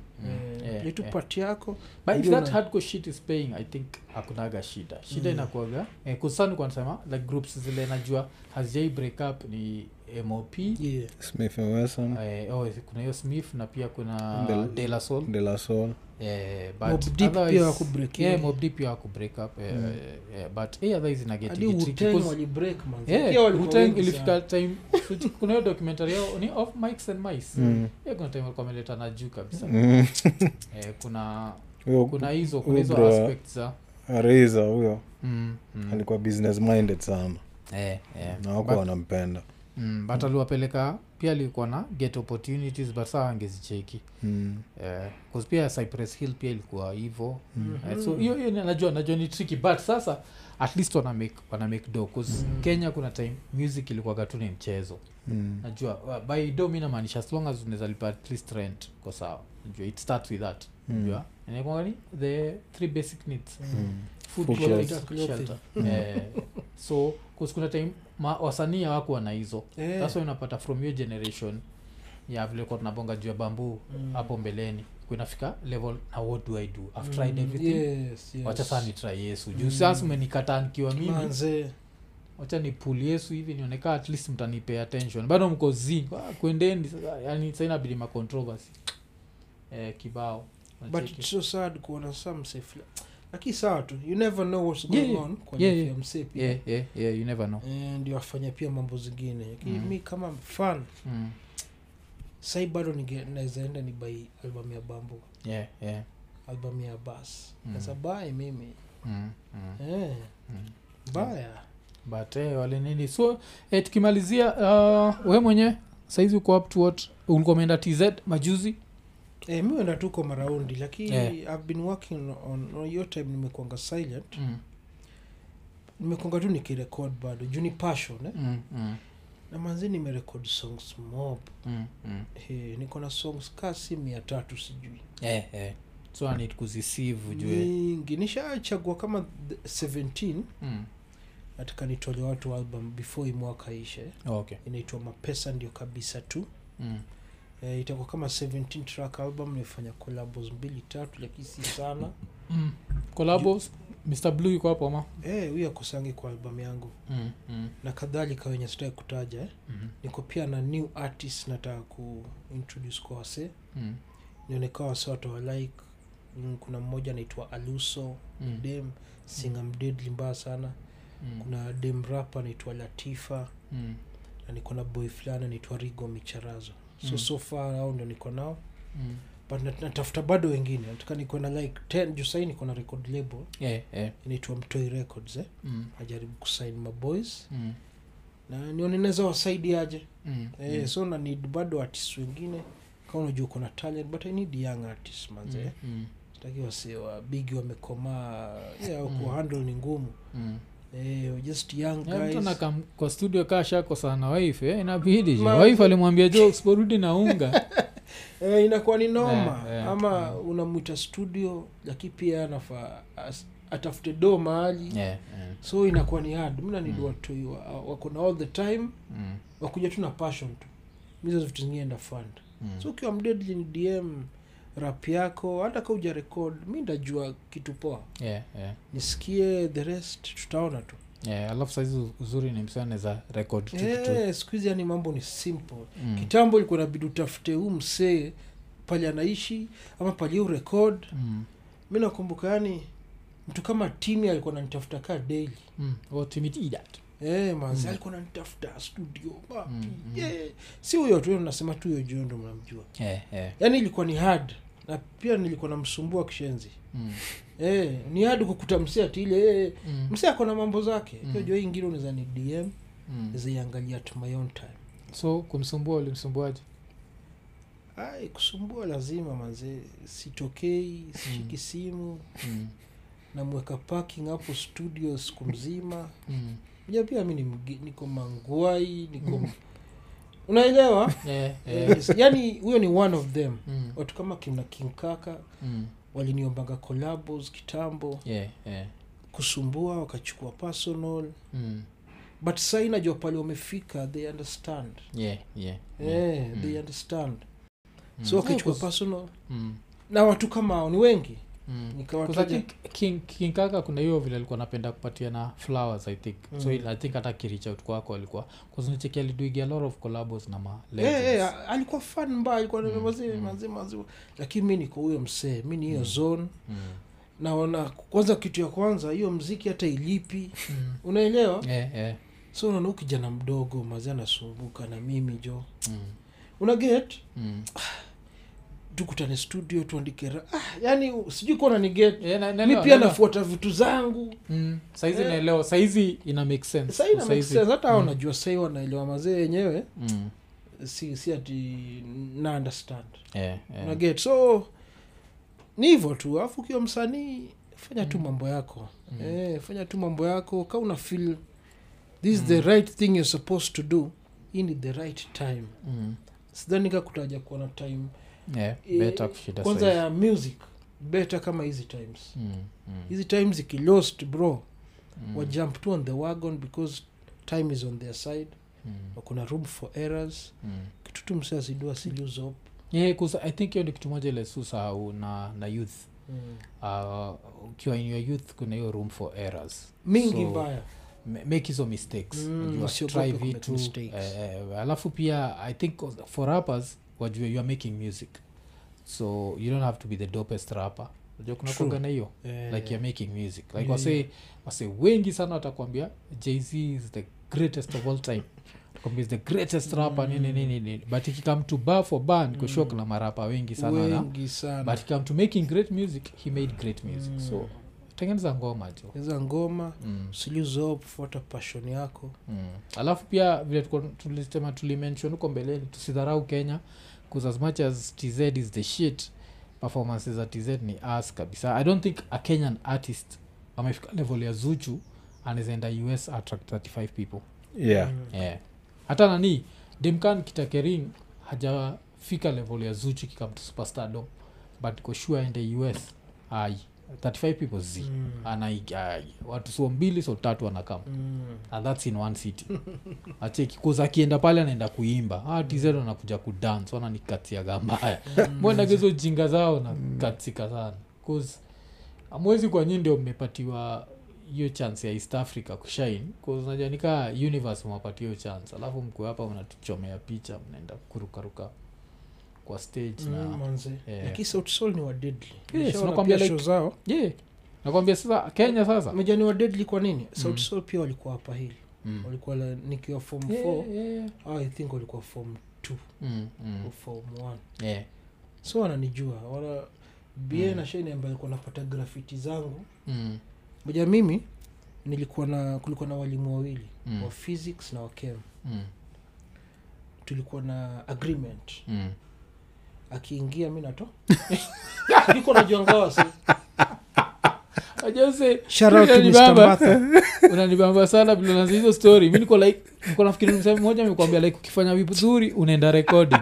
S2: Eh,
S1: Eh,
S2: play tu
S1: eh.
S2: part yako
S1: but if
S2: Ndio
S1: that
S2: na-
S1: hardcore shit is paying i think hakunaga shida shida
S2: Mm.
S1: inakuaga eh, kusani kwa nasema like groups zile najua hazijai break up ni mop
S2: yeah.
S3: smith and
S2: Mm.
S3: wesson
S1: eh, oh, kuna hiyo smith na pia kuna
S3: Del-
S1: delasol
S3: de la soul
S1: Eh,
S2: Mobb
S1: but
S2: Deep pia
S1: otherwise-
S2: hawakubreak
S1: Yeah,
S2: in.
S1: Mobb Deep pia hawakubreak up eh, eh, but eh, otherwise ina getting
S2: hadi
S1: it tricky
S2: uteng
S1: 'cause-
S2: walibreak man.
S1: Yeah,
S2: Pia walikuwa
S1: Wu-Tang
S2: wengi
S1: ilifika
S2: sana.
S1: time futi- kuna hiyo documentary yao ni of mikes and mice
S2: Mm.
S1: Eh, kuna time walikuwa wameleta na juu kabisa
S3: Mm.
S1: eh, kuna
S3: Huyo
S1: kuna hizo kuna
S3: huyo
S1: hizo
S3: bro-
S1: aspect za
S3: Ariza huyo
S1: mm, mm,
S3: alikuwa business minded sana
S1: eh, eh.
S3: na wako
S1: But-
S3: wanampenda
S1: mm, but aliwapeleka pia alikuwa na get opportunities but saa angezicheki
S3: Mm.
S1: Eh, 'cause pia cypress hill pia ilikuwa hivo
S2: Mhm.
S1: Eh, so hiyo hiyo ni- najua najua ni tricky but sasa at least wana make, wana make do 'cause
S2: Mm.
S1: kenya kuna time music ilikuwaga tu ni mchezo
S3: Mm.
S1: najua uh, by do mi namaanisha as long as unaweza lipa at least rent ko sawa najua it starts with that
S3: Mm.
S1: najua inakwanga ni the three basic needs
S3: Mm.
S1: food
S3: Food,
S1: clothing,
S2: shelter.
S1: shelter
S3: Mm.
S1: eh, so 'cause kuna time ma- wasanii hawakuwa na hizo
S2: Eh,
S1: sasa unapata from hiyo generation ya vile kuwa tunabonga juu ya bambu
S2: Mm.
S1: hapo mbeleni kunafika level na what do i do i've
S2: mm,
S1: tried everything
S2: yes, yes.
S1: wacha saa nitry yesu juu
S2: Mm.
S1: sasa umenikataa nikiwa mimi
S2: Manze,
S1: wacha nipuli yesu hivi nioneka at least mtanipea attention bado mko zi ah, kwendeni sasa, yani sasa inabidi ma controversy eh, kibao
S2: but it's so sad kuona saa msee fula- lakini sawa tu you never know what's going
S1: Yeah, yeah.
S2: on kwenye
S1: Yeah, yeah.
S2: afya msee pia
S1: yeah, yeah, yeah, you never know
S2: Eh, ndio afanya pia mambo zingine lakini
S1: Mm.
S2: mi kama fan
S1: mm.
S2: sai bado ninge- nawezaenda ni bai albamu ya bambu
S1: yeah, yeah.
S2: albamu ya bas
S1: Mm.
S2: sasa bae mimi
S1: Mm, mm.
S2: eh,
S1: Mm.
S2: baya
S1: but eh, wale nini so eh, tukimalizia uh, we mwenye saizi uko up to what ulikuwa umeenda tz majuzi
S2: eh, mi enda tuko maraundi lakini
S1: Eh.
S2: i've been working on on hiyo time nimekuanga silent
S1: mm,
S2: nimekuanga tu nikirekod bado juu ni passion eh?
S1: mm, mm,
S2: na manzi nimerekod songs mob
S1: mm, mm.
S2: eh, niko na songs ka si mia tatu sijui
S1: Eh, eh. so anit kuzisivu ujue
S2: nyingi nishachagua kama th- 17
S1: mm.
S2: nataka nitole watu album before hii mwaka ishe
S1: Oh, okay
S2: inaitwa mapesa ndio kabisa tu
S1: mm.
S2: e, itakuwa kama 17 track album nimefanya collabos mbili tatu lakini si sana
S1: mm. collabos mr blue yuko hapo ma
S2: Eh, huyo akusangi kwa albamu yangu
S1: mm, mm,
S2: na kadhalika wenye sitaki kutaja eh.
S1: mm,
S2: niko pia na new artist nataka ku introduce kwa wasee
S1: mm,
S2: nionekana wasee watawalike Mm, kuna mmoja anaitwa aluso
S1: mm,
S2: dem singa mdedli mbaya sana
S1: mm,
S2: kuna dem rapa anaitwa latifa
S1: mm,
S2: na niko na boy fulani anaitwa rigo micharazo so
S1: Mm.
S2: so far hao ndio niko nao
S1: mm.
S2: but nat- natafuta bado wengine nataka niko na like 10 juu sahii niko na record label
S1: Eh, eh,
S2: inaitwa mtoi records eh
S1: mm,
S2: najaribu kusign maboys
S1: mm,
S2: na nioneneza wasaidi aje
S1: mm,
S2: eh,
S1: mm,
S2: so na need bado artist wengine kama unajua uko na talent but i need young artist manze mm.
S1: mm,
S2: taki wasi wa bigi wamekomaa yeah,
S1: Mm.
S2: mm. kuhandle ni ngumu
S1: mm.
S2: eh, just young
S1: Eh, mtu
S2: guys
S1: anakam- kwa studio kaa shakosana na wife eh, inabidi
S2: Ma-
S1: wife alimwambia jo usiporudi na unga
S2: eh, inakuwa ni noma
S1: Eh, eh,
S2: ama unamwita studio lakini pia anafaa as- atafute do mahali
S1: Eh, eh,
S2: so inakuwa ni hard mina
S1: Mm.
S2: niduwatoi uh, wako na all the time
S1: mm,
S2: wakuja tu na passion tu mizo vitu zingine enda fund
S1: mm.
S2: so ukiwa mdedli ni dm rap yako hata ka uja record mi ndajua kitu poa
S1: Eh, eh,
S2: nisikie the rest tutaona tu
S1: eh, alafu saizi uz- uzuri ni msaneza rekod
S2: Eh, siku hizi yani mambo ni simple
S1: Hmm. Mm.
S2: kitambo ilikuwa nabidi utafute huu msee pale anaishi ama pale huu record
S1: Mm.
S2: mi nakumbuka yani mtu kama timi alikuwa nanitafuta kaa daily
S1: Mm. Oh,
S2: Eh, manzi alikuwa nanitafuta studio wapi
S1: Mm, mm.
S2: eh. si huyo tu nasema tu huyo juu ndo mnamjua yaani ilikuwa ni hard na pia nilikuwa namsumbua kishenzi
S1: Mm.
S2: eh, ni hard kukuta msee ati ile eh, msee ako na mambo zake
S1: Mm.
S2: mm. jua hii ingine unaweza ni dm zaiangalia at my own time
S1: so kumsumbua ulimsumbuaje
S2: ai kusumbua lazima manze sitokei sishiki simu
S1: Mm,
S2: namweka parking hapo studio siku mzima
S1: mm.
S2: ja pia mi ni mgi- niko mangwai niko unaelewa
S1: Eh, eh,
S2: yes. yani huyo ni one of them
S1: mm,
S2: watu kama kina kinkaka
S1: mm.
S2: waliniombanga collabos kitambo
S1: Eh, eh,
S2: kusumbua wakachukua personal
S1: mm.
S2: but sai najua pale wamefika they understand
S1: Eh, eh, eh.
S2: yeah,
S1: Mm.
S2: they understand
S1: Mm.
S2: so
S1: Eh,
S2: wakichukua
S1: kus-
S2: personal
S1: mm,
S2: na watu kama hao ni wengi
S1: mm. Kwa sababu
S2: nikawataja
S1: King- King kaka kuna hiyo vile alikuwa napenda kupatia na flowers i think mm. so
S2: Mm.
S1: il- i think hata kirichout kwako alikuwa kuznicheki aliduigia lot of collabos na ma
S2: Eh,
S1: legends.
S2: eh, a- alikuwa fan mbaya alikuwa
S1: Mm.
S2: na mazee mazee mazee lakini mi niko huyo msee mi ni hiyo zone
S1: Mm.
S2: naona kwanza kitu ya kwanza hiyo mziki hata ilipi
S1: Mm.
S2: unaelewa
S1: Eh, eh.
S2: so unaona huu kijana mdogo mazee anasumbuka na mimi jo
S1: Mm.
S2: una get
S1: Mm.
S2: tukutane studio tuandike ra- ah, yani sijui kuona ni get
S1: Eh, na-
S2: mi
S1: naelewa,
S2: pia
S1: naelewa.
S2: nafuata vitu zangu
S1: Mm. saizi
S2: Eh.
S1: naelewa saizi ina make sense.
S2: sahii
S1: Saizi-
S2: namekisea hata hao najua sahii wanaelewa mazee yenyewe
S1: Mm.
S2: si si ati na understand
S1: Eh, eh.
S2: unaget so ni hivyo tu alafu ukiwa msanii fanya tu mambo yako
S1: Mm.
S2: eh, fanya tu mambo yako ka una feel this
S1: Mm.
S2: is the right thing you're supposed to do hii ni the right time
S1: Mm.
S2: sidhani ka kutaja kuona time
S1: Eh,
S2: Eh,
S1: better kushinda
S2: kwanza
S1: saizi.
S2: ya music better kama hizi times
S1: Mm. Mm.
S2: hizi times ikilost bro
S1: Mm.
S2: wa jump to on the wagon because time is on their side
S1: Mm.
S2: wakuna room for errors
S1: Mm.
S2: kitu tu msee asidua siliuzop
S1: Yeah, 'cause i think hiyo ni kitu moja ile susahau na na youth
S2: mm.
S1: Ah, ukiwa in your youth kuna hiyo room for errors
S2: mingi
S1: So,
S2: mbaya
S1: ma- make hizo mistakes
S2: Mm,
S1: Unajua,
S2: usiogope
S1: try
S2: kumake
S1: vitu
S2: mistakes.
S1: eh, eh, alafu pia i think for rappers wajue you are making music so you don't have to be the dopest rapper unajua kuna
S2: True.
S1: kuanga na hiyo
S2: Eh,
S1: like you're making music like
S2: Yeah,
S1: wase wase wengi sana watakwambia jz is the greatest of all time Watakwambia is the greatest rapper nini
S2: Mm.
S1: nini nini but ikikam to bar for ban kushok na marapa wengi sana na
S2: Eh, wengi sana
S1: but come to making great music he made great music mm. so tengeneza ngoma jo
S2: eza ngoma
S1: mm.
S2: usiliuzoo kufuata pashon yako
S1: Mm. alafu pia vile tulikuwa tulisema tulimention huko mbeleni tusidharau kenya bcause as much as tz is the shit performances za tz ni as kabisa i don't think a kenyan artist amefika level ya zuchu anaezaenda us attract 35 people
S3: yeah
S2: Mm.
S1: yeah. hata nani demkan kitakering hajafika level ya zuchu kikamtu superstardom but koshua ende us ai 35 people z mm. watu so mbili so tatu anakama
S2: Mm.
S1: and thats in one city acheki kuza akienda pale anaenda kuimba ah, tz anakuja kudance
S2: Mm.
S1: wananikatiaga mbaya mwendagezo jinga zao nakatika sana 'Cause, amwezi kwa nyii ndio mmepatiwa hiyo chance ya east africa kushine unajanika universe mwapatia hiyo chance alafu mkue hapa mnatuchomea picha mnaenda kurukaruka kwa stage
S2: Mm,
S1: na
S2: manze.
S1: yeah.
S2: Lakini Sauti Sol ni wa deadly.
S1: Yes,
S2: Nishaona
S1: nakwambia
S2: pia
S1: like- Ah.
S2: show zao
S1: yeah. nakwambia sasa kenya sasa
S2: Unajua ni wa deadly kwa nini Sauti Sol pia walikuwa hapa hili
S1: Mm.
S2: walikuwa la- nikiwa form
S1: Yeah,
S2: 4
S1: yeah.
S2: au i think walikuwa form 2
S1: Mm, mm.
S2: au form 1
S1: Yeah.
S2: so wananijua wana ba na sheni ambayo alikuwa napata grafiti zangu
S1: Mm,
S2: moja mimi nilikuwa na kulikuwa na walimu wawili
S1: Mm.
S2: wa physics na wa chem
S1: mm,
S2: tulikuwa na agreement
S1: mm.
S2: akiingia mi nato niko najuangawa si
S1: Ajose,
S2: Shout out to Mr.
S1: unanibamba.
S2: Martha.
S1: unanibamba sana vile unaanza hizo story mi niko like niko nafikiri msemo moja amekwambia like ukifanya vizuri unaenda recording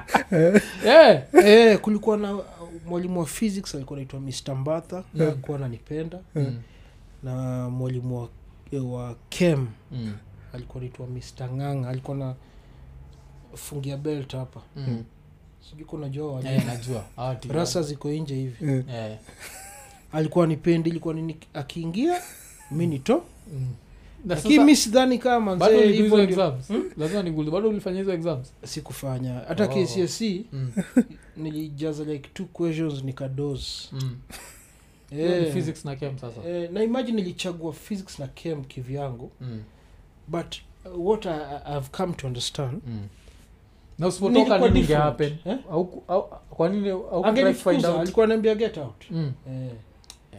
S1: yeah.
S2: eh, kulikuwa na uh, mwalimu wa physics alikuwa naitwa mr mbatha na alikuwa ananipenda
S1: mm,
S2: na mwalimu wa, eh, wa chem
S1: mm,
S2: alikuwa naitwa mr nganga alikuwa na fungia belt hapa
S1: mm.
S2: sijui kunajua wali
S1: Yeah, najua Hawa timu.
S2: rasa ziko nje hivi
S1: Yeah.
S2: alikuwa nipendi ilikuwa nini akiingia mi nito
S1: Mm. Na
S2: lakini
S1: sasa,
S2: mi sidhani kama
S1: bado
S2: mzee
S1: ulikuwa hizo
S2: hivyo ndio- Hmm?
S1: exams? lazima nigulize bado ulifanya hizo exams
S2: sikufanya hata
S1: Oh.
S2: kcse
S1: Mm,
S2: E nilijaza like two questions nikadose
S1: mm. Hiyo ni
S2: eh,
S1: physics na chem sasa
S2: eh, na imagine nilichagua physics na chem kivyangu
S1: Mm,
S2: but uh, what I, I- i've come to understand
S1: mm. na
S2: Nilikuwa
S1: usipotoka nini
S2: different,
S1: ingehappen
S2: eh?
S1: Hauku- au- kwa nini hauku try find
S2: angenifukuza
S1: out?
S2: alikuwa anaambia get out
S1: Mm.
S2: eh.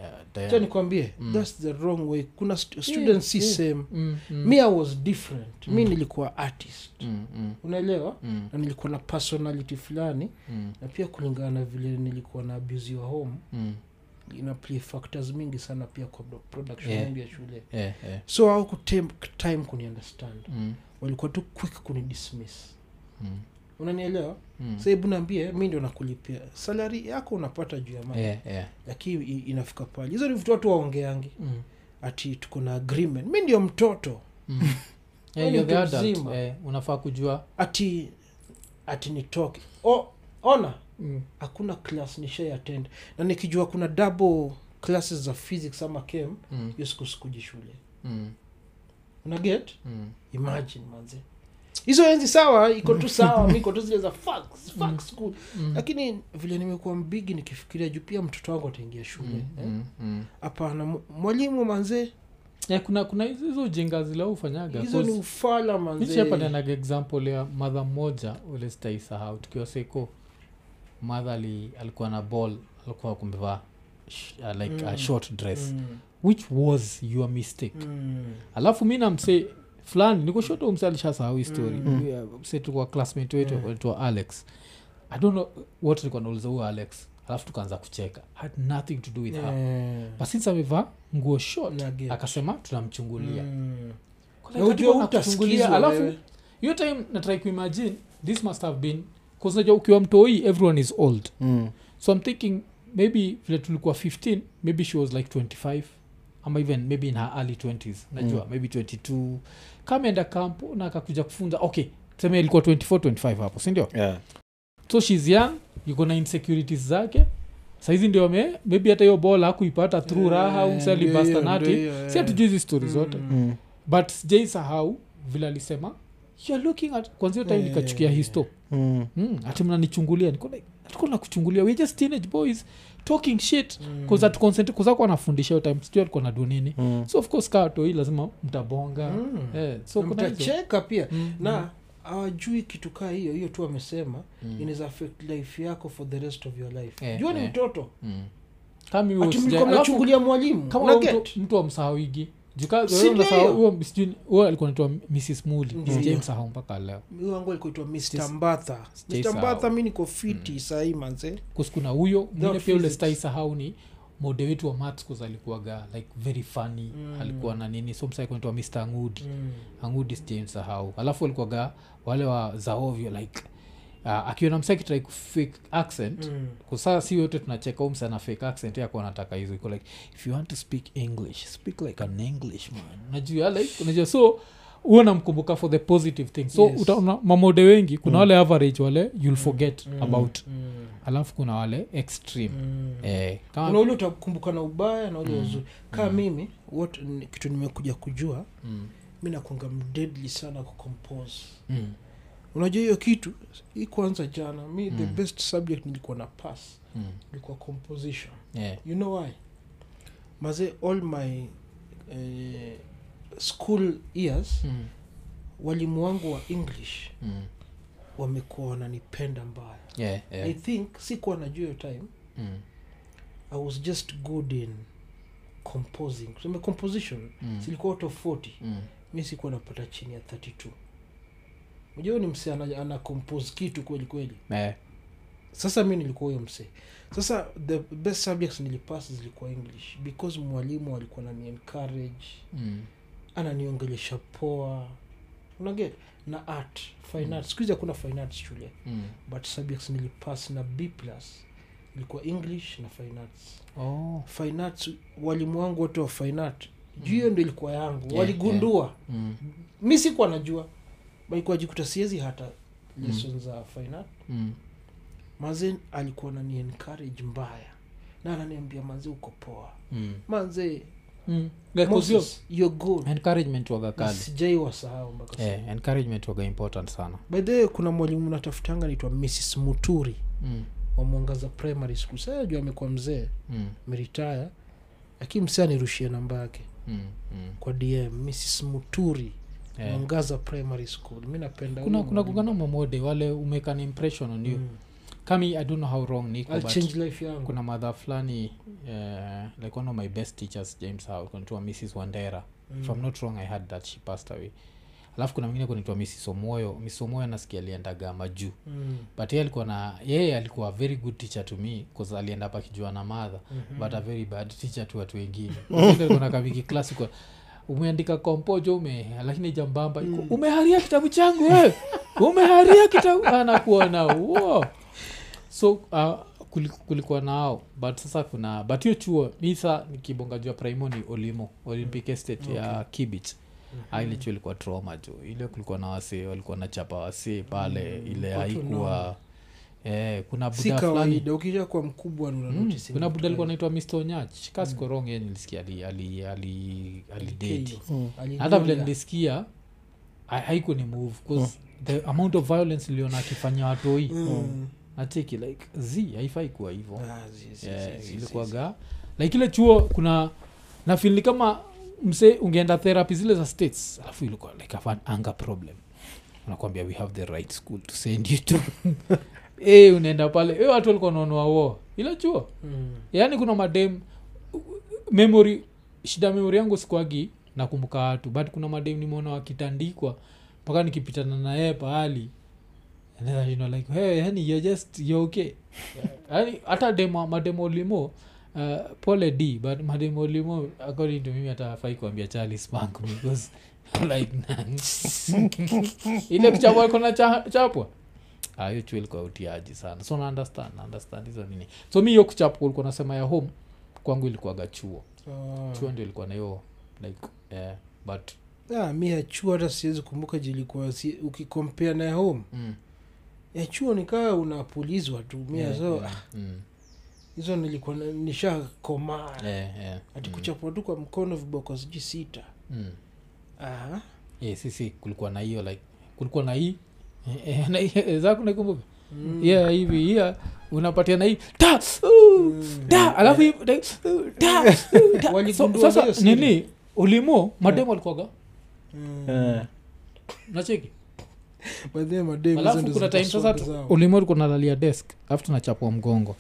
S1: Yeah,
S2: cha
S1: damn.
S2: nikwambie
S1: Mm.
S2: thats the wrong way kuna st-
S1: Yeah,
S2: students si
S1: yeah.
S2: same
S1: Mm, mm.
S2: mi i was different mi
S1: Mm.
S2: nilikuwa artist
S1: Mm, mm,
S2: unaelewa
S1: mm,
S2: na nilikuwa na personality fulani
S1: mm,
S2: na pia kulingana na vile nilikuwa na abusiwa home
S1: mm.
S2: ina play factors mingi sana pia kwa produ- production
S1: Yeah.
S2: yangu ya shule
S1: Yeah, yeah.
S2: so au time kuniunderstand
S1: Mm,
S2: walikuwa tu quick kunidismiss
S1: mm,
S2: unanielewa
S1: mm.
S2: sa hebu naambie mi ndio nakulipia salari yako unapata juu ya mali
S1: Yeah, yeah.
S2: lakini i- inafika pale hizo ni vitu watu waongeangi
S1: Mm,
S2: ati tuko na agreement mi ndio mtoto
S1: mm.
S2: Wewe
S1: Yeah,
S2: ni
S1: you're the
S2: mtu
S1: adult.
S2: mzima.
S1: Eh, unafaa kujua
S2: ati ati nitoke o, ona hakuna class nishaiatend na nikijua kuna double classes za physics ama chem
S1: Mm,
S2: hiyo siku sikuji shule
S1: mm,
S2: una get
S1: mm.
S2: imagine manze hizo enzi sawa iko tu sawa mi iko tu zile za facts, facts school
S1: Mm.
S2: lakini vile nimekuwa mbigi nikifikiria juu pia mtoto wangu ataingia shule
S1: Mm,
S2: eh?
S1: mm, mm.
S2: hapana mm. mwalimu manze
S1: Yeah, kuna kuna hizo hizo ujinga zile ufanyaga
S2: hizo ni ufala manze
S1: nichapatanaga example ya madha mmoja ule sitaisahau tukiwa seko madha ali, alikuwa na ball alikuwa kumevaa sh- uh, like a
S2: Mm.
S1: short dress
S2: Mm,
S1: which was your mistake
S2: mm,
S1: alafu mi namse fulani niko shoto mse alishasahau hii story
S2: Mm.
S1: We, uh, mse tulikuwa classmate wetu
S2: Mm.
S1: anaitwa alex i don't know what tulikuwa nauliza huyo alex alafu tukaanza kucheka had nothing to do with her
S2: eh,
S1: but since amevaa nguo short
S2: na get.
S1: akasema tunamchungulia
S2: Mm.
S1: Kwa
S2: Na
S1: like,
S2: ujue
S1: hatukuwa
S2: hutasikizwa
S1: tunamchungulia. alafu
S2: wewe.
S1: hiyo time natrai kuimagine this must have been kuznaja ukiwa mtoi everyone is old
S3: Mm.
S1: so i'm thinking maybe vile tulikuwa 15 maybe she was like 25 ama even maybe in her early 20s najua mm. maybe 22 kameenda camp na akakuja kufunza okay tuseme ilikuwa 24 25 hapo sindio
S3: Yeah.
S1: so shes young yuko na insecurities zake saizi ndio ame maybe hata hiyo bola akuipata through raha
S2: Eh, ndio hiyo, ndio
S1: umsalibastanati
S2: hiyo, eh.
S1: si hatujui hizi stori zote
S2: Mm.
S1: but sijai sahau vile alisema you're looking at kwanzia time
S2: Yeah,
S1: nikachukia
S2: yeah,
S1: histo mm, ati mnanichungulia Niko like, hatuko na kuchungulia we just teenage boys talking shit
S2: Mm.
S1: kuzatukonsentrkuzakuwa anafundisha hiyo time sijui alikuwa nadu nini so of course kaa toi lazima mtabonga
S2: Mm.
S1: eh, so
S2: Na
S1: kuna hizo
S2: mtacheka pia
S1: Mm, mm,
S2: na hawajui kitu kaa hiyo hiyo tu amesema
S1: mm,
S2: inaweza affect life yako for the rest of your life
S1: Eh,
S2: jua ni
S1: eh.
S2: mtoto
S1: mm. Kama mimi
S2: ati
S1: usijai-
S2: mlikuwa
S1: alafu,
S2: mnachungulia mwalimu
S1: kama
S2: na
S1: huyo
S2: get
S1: mtu- mtu amsahauigi
S2: Si ndio Mm. hiyo?
S1: jukahuyo alikuwa naitwa mrs
S2: Ndio.
S1: mool sijamsahau mpaka leo
S2: Huyo wangu alikuwa aitwa mr mbatha mr
S1: sahau.
S2: mbatha mi
S1: Mm.
S2: niko fiti sahii manze
S1: kuskuna huyo mwingine pia ule
S2: physics.
S1: sitaisahau ni mode wetu wa matskus alikuwaga like very funny
S2: Mm.
S1: mm. alikuwa na nini so msaikunaitwa mr angudi angudi sijamsahau alafu alikuwaga wale wa zaovyo like uh, akiona msakitrai kufake accent mm kusaa si yote tunacheka umsa na fake accent yako anataka hizo iko like if you want to speak english speak like an englishman najua like unajua so huwa namkumbuka for the positive thing so
S2: Yes.
S1: yes. utaona mamode wengi kuna mm. wale average wale you'll forget mm. about alafu kuna wale extreme mm. eh,
S2: kuna
S1: kama
S2: ule utakumbuka na ubaya na ule uzuri kaa mimi what, ni- kitu nimekuja kujua
S1: mm.
S2: mi nakwanga mdedli sana kucompose
S1: Mm.
S2: unajua hiyo kitu hii kwanza jana mi the
S1: Mm.
S2: best subject nilikuwa na pass
S1: Mm.
S2: ilikuwa composition
S1: Eh.
S2: you know why maze all my eh, school years
S1: Mm.
S2: walimu wangu wa english
S1: Mm.
S2: wamekuwa wananipenda mbaya
S1: Yeah,
S2: i
S1: yeah.
S2: think sikuwa najua hiyo time
S1: Mm.
S2: i was just good in composing tuseme composition
S1: Mm.
S2: silikuwa out of 40
S1: Mm.
S2: mi sikuwa napata chini ya 32 unajua ni msee ana, ana compose kitu kweli kweli
S1: Eh.
S2: sasa mi nilikuwa huyo msee sasa the best subjects nilipass zilikuwa english because mwalimu alikuwa nani encourage
S1: Mm.
S2: ananiongelesha poa unaget na art fine art siku hizi hakuna fine arts shule
S1: Mm.
S2: but subjects nilipass na b plus ilikuwa english na fine arts
S1: Oh.
S2: fine arts walimu wangu wote wa fine art juu hiyo ndo ilikuwa yangu
S1: Mm. Yeah,
S2: waligundua
S1: Mm.
S2: mi sikuwa najua balikuwa jikuta siezi hata lesson za fine art
S1: Mm.
S2: maze alikuwa nani encourage mbaya na ananiambia manze uko poa
S1: Mm.
S2: manze
S1: Mm. Like usio-
S2: Moses, you're good
S1: encouragement waga
S2: Na
S1: kali
S2: sijai wasahau mpaka sasa
S1: eh, encouragement waga important sana
S2: by the way kuna mwalimu natafutanga naitwa mrs muturi
S1: mm.
S2: wa mwangaza primary school saa juu amekuwa mzee
S1: Mm.
S2: meritaya lakini msee anirushie namba yake
S1: Mm. Mm.
S2: kwa dm mrs muturi
S1: Eh.
S2: mwangaza primary school mi napenda
S1: kuna
S2: huyu
S1: kuna
S2: mwalimu.
S1: kugana mamode wale umeka an impression on you
S2: Mm.
S1: kami i don't know how wrong niko
S2: I'll
S1: but
S2: change life yangu
S1: kuna madha fulani uh, like one of my best teachers james howe kunitwa mrs wandera mm. from not wrong i had that she passed away alafu kuna mwingine kunitwa mrs omoyo mrs omoyo nasikia aliendaga majuu
S2: mm.
S1: but yeye alikuwa na yeye alikuwa a very good teacher to me bcause alienda hapa akijua na madha mm-hmm. but a very bad teacher to watu wengine kuna kabiki class uko umeandika kompojo ume lakini jambamba mm. umeharia kitabu changu wewe umeharia kitabu anakuwa na wow. so uh, kuli- kulikuwa nao but sasa kuna but hiyo chuo mi sa nikibonga jua primo ni olimo olympic estate Mm. okay. ya kibich mm-hmm. ile chuo ilikuwa trauma jo ile kulikuwa na wasee walikuwa na chapa wasee pale mm, ile
S2: watu
S1: haikuwa eh, kuna
S2: si
S1: buda fulani
S2: kawaida ukisha kuwa mkubwa na una
S1: Mm,
S2: notice
S1: kuna
S2: ni
S1: buda
S2: mtu
S1: alikuwa naitwa msonyach kasikorong ye nilisikia ali- ali- ali- alidate
S2: alikill. Alijulia.
S1: hata vile nilisikia ha- haikuwa ni move 'cause the amount of violence iliona akifanya watoi
S2: Mm.
S1: nateki like z haifai kuwa hivo
S2: Ah, zi- zi-
S1: Eh,
S2: zi- zi- zi-
S1: ilikuwaga like ile chuo kuna nafil ni kama mse ungeenda therapy zile za states alafu ilikuwa like have an anger problem unakwambia we have the right school to send you to e unaenda pale e watu walikuwa naonoa wo ile chuo
S2: Mm.
S1: yaani kuna madem memory shida ya memory yangu sikwagi nakumbuka watu but kuna madem nimeona wakitandikwa mpaka nikipitana na yeye pahali and then you know, like hey, yani you're just you're okay yani hata demo mademo limo uh, pole d but mademo limo according to mimi atafai kuambia charlie spank because like ile kuchapwa kona cha- chapwa Ah, hiyo chuo ilikuwa utiaji sana so na understand na understand hizo nini so mi hiyo kuchapwa ulikuwa nasema ya home kwangu ilikuwaga chuo
S2: Ah.
S1: chuo ndio ilikuwa na hiyo like eh, but
S2: Ah, mi yachua hata siwezi kumbuka jilikuwa si, ukikompea na ya home
S1: mm,
S2: yachuo nikaa unapulizwa tu mia
S1: yeah,
S2: so
S1: yeah, mm,
S2: hizo nilikuwa na- nishakomaa
S1: yeah, yeah,
S2: ati
S1: mm,
S2: kuchapwa tu kwa mkono viboko sijui sita
S1: mm.
S2: Aha.
S1: yeah, sisi kulikuwa na hiyo like kulikuwa na hii zakunakumbuka
S2: Mm.
S1: yeah hivi hiya unapatia na hii ta uh, ta alafu hii, ta, uh, ta, uh, ta.
S2: Mm. Eh. Waligundua
S1: So-
S2: hiyo
S1: sasa
S2: siri. Eh.
S1: nini ulimo mademo alikuaga
S2: Mm.
S3: Eh.
S1: nacheki
S2: By the way, madem, hizo
S1: alafu
S2: ndo
S1: kuna time
S2: zilikuwa
S1: sasa
S2: swag zao.
S1: ulimwengu kunalalia desk alafu tunachapwa mgongo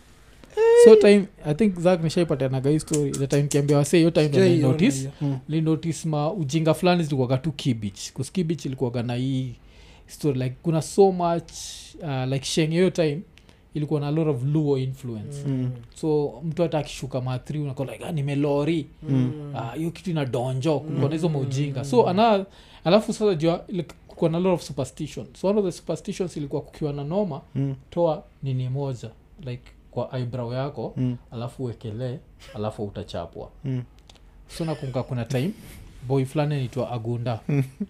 S1: so time i think zak nishaipatianaga hii story the time kiambia wase hiyo time ndo
S2: Sijai iona
S1: nilinotice
S2: hiyo.
S3: Mm.
S1: linotice ma ujinga fulani zilikuwaga tu kibich kuskibich ilikuwaga na hii story like kuna so much uh, like sheng hiyo time ilikuwa na a lot of luo influence mm.
S3: Mm.
S1: so mtu hata akishuka mathri unakoa like, "Ah, nimelori
S2: Mm.
S1: Ah, hiyo kitu inadonjo
S3: Mm.
S1: kulikuwa na hizo maujinga so ana alafu sasa jua ile- kulikuwa na lot of superstition so one of the superstitions ilikuwa kukiwa na noma
S3: Mm.
S1: toa nini moja like kwa eyebrow yako
S3: Mm.
S1: alafu uwekelee alafu utachapwa
S3: Mm.
S1: so nakumbuka kuna time boy fulani naitwa agunda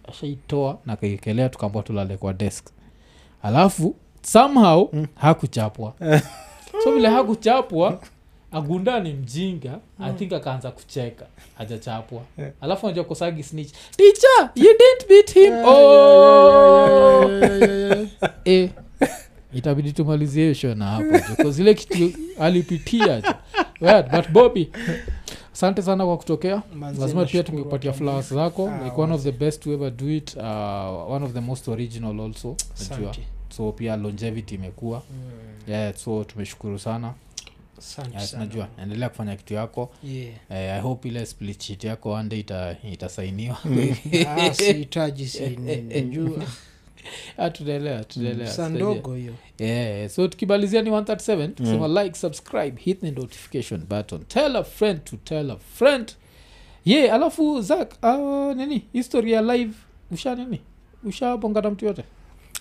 S1: ashaitoa na kaiekelea tukaambua tulale kwa desk alafu somehow hakuchapwa so vile hakuchapwa agunda ni mjinga i think akaanza kucheka hajachapwa
S3: Yeah.
S1: alafu najua kosagi snitch teacher you didn't beat him
S2: Eh,
S1: oh eh, itabidi tumalizie hiyo show na hapo jo 'cause ile kitu alipitia jo Well, but bobby asante sana kwa kutokea
S2: Manze,
S1: lazima pia
S2: nashukuru
S1: tumekupatia
S2: hata
S1: flowers zako
S2: Ah,
S1: like one of the best to ever do it uh, one of the most original also najua
S2: Asante.
S1: so pia longevity imekuwa yeah, so tumeshukuru sana
S2: Asante
S1: yes,
S2: sana.
S1: najua endelea kufanya kitu yako
S2: Yeah.
S1: eh, i hope ile split sheet yako one day ita, itasainiwa
S2: Ah, sihitaji si nini, jua.
S1: Ah, tunaelewa tunaelewa
S2: saa
S1: tunaelewa.
S2: ndogo hiyo
S1: yeah. so tukimalizia ni 137 tukisema like subscribe hit the notification button tell a friend to tell a friend ye yeah, alafu zak uh, nini history ya live usha nini ushabongana mtu yote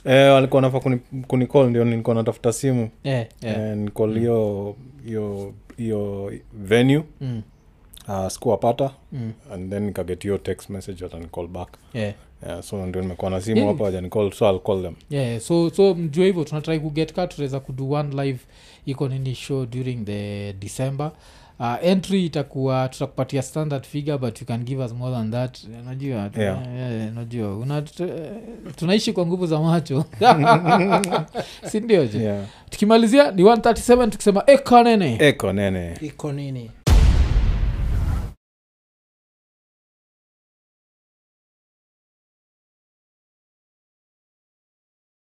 S3: eh, alikuwa nafa kunicall kuni call ndio nilikuwa natafuta simu
S1: yeah, yeah.
S3: yeah. nicall hiyo hiyo hiyo venue
S1: Mm,
S3: uh, sikuwapata
S1: mm,
S3: and then nikaget hiyo text message watanicall back
S1: yeah.
S3: yeah, so ndio nimekuwa na simu
S1: Yeah.
S3: hapa wajanicall so i'll call them
S1: yeah so so mjue hivyo tunatrai kuget ka tutaweza kudu one live iko nini show during the december uh, entry itakuwa tutakupatia standard figure but you can give us more than that najua tu-
S3: Yeah.
S1: eh, najua una, tu- eh, tunaishi kwa nguvu za macho sindio je
S3: yeah.
S1: tukimalizia ni 137 tukisema "Eh, ekanene
S3: Eh, eko nene
S2: iko nini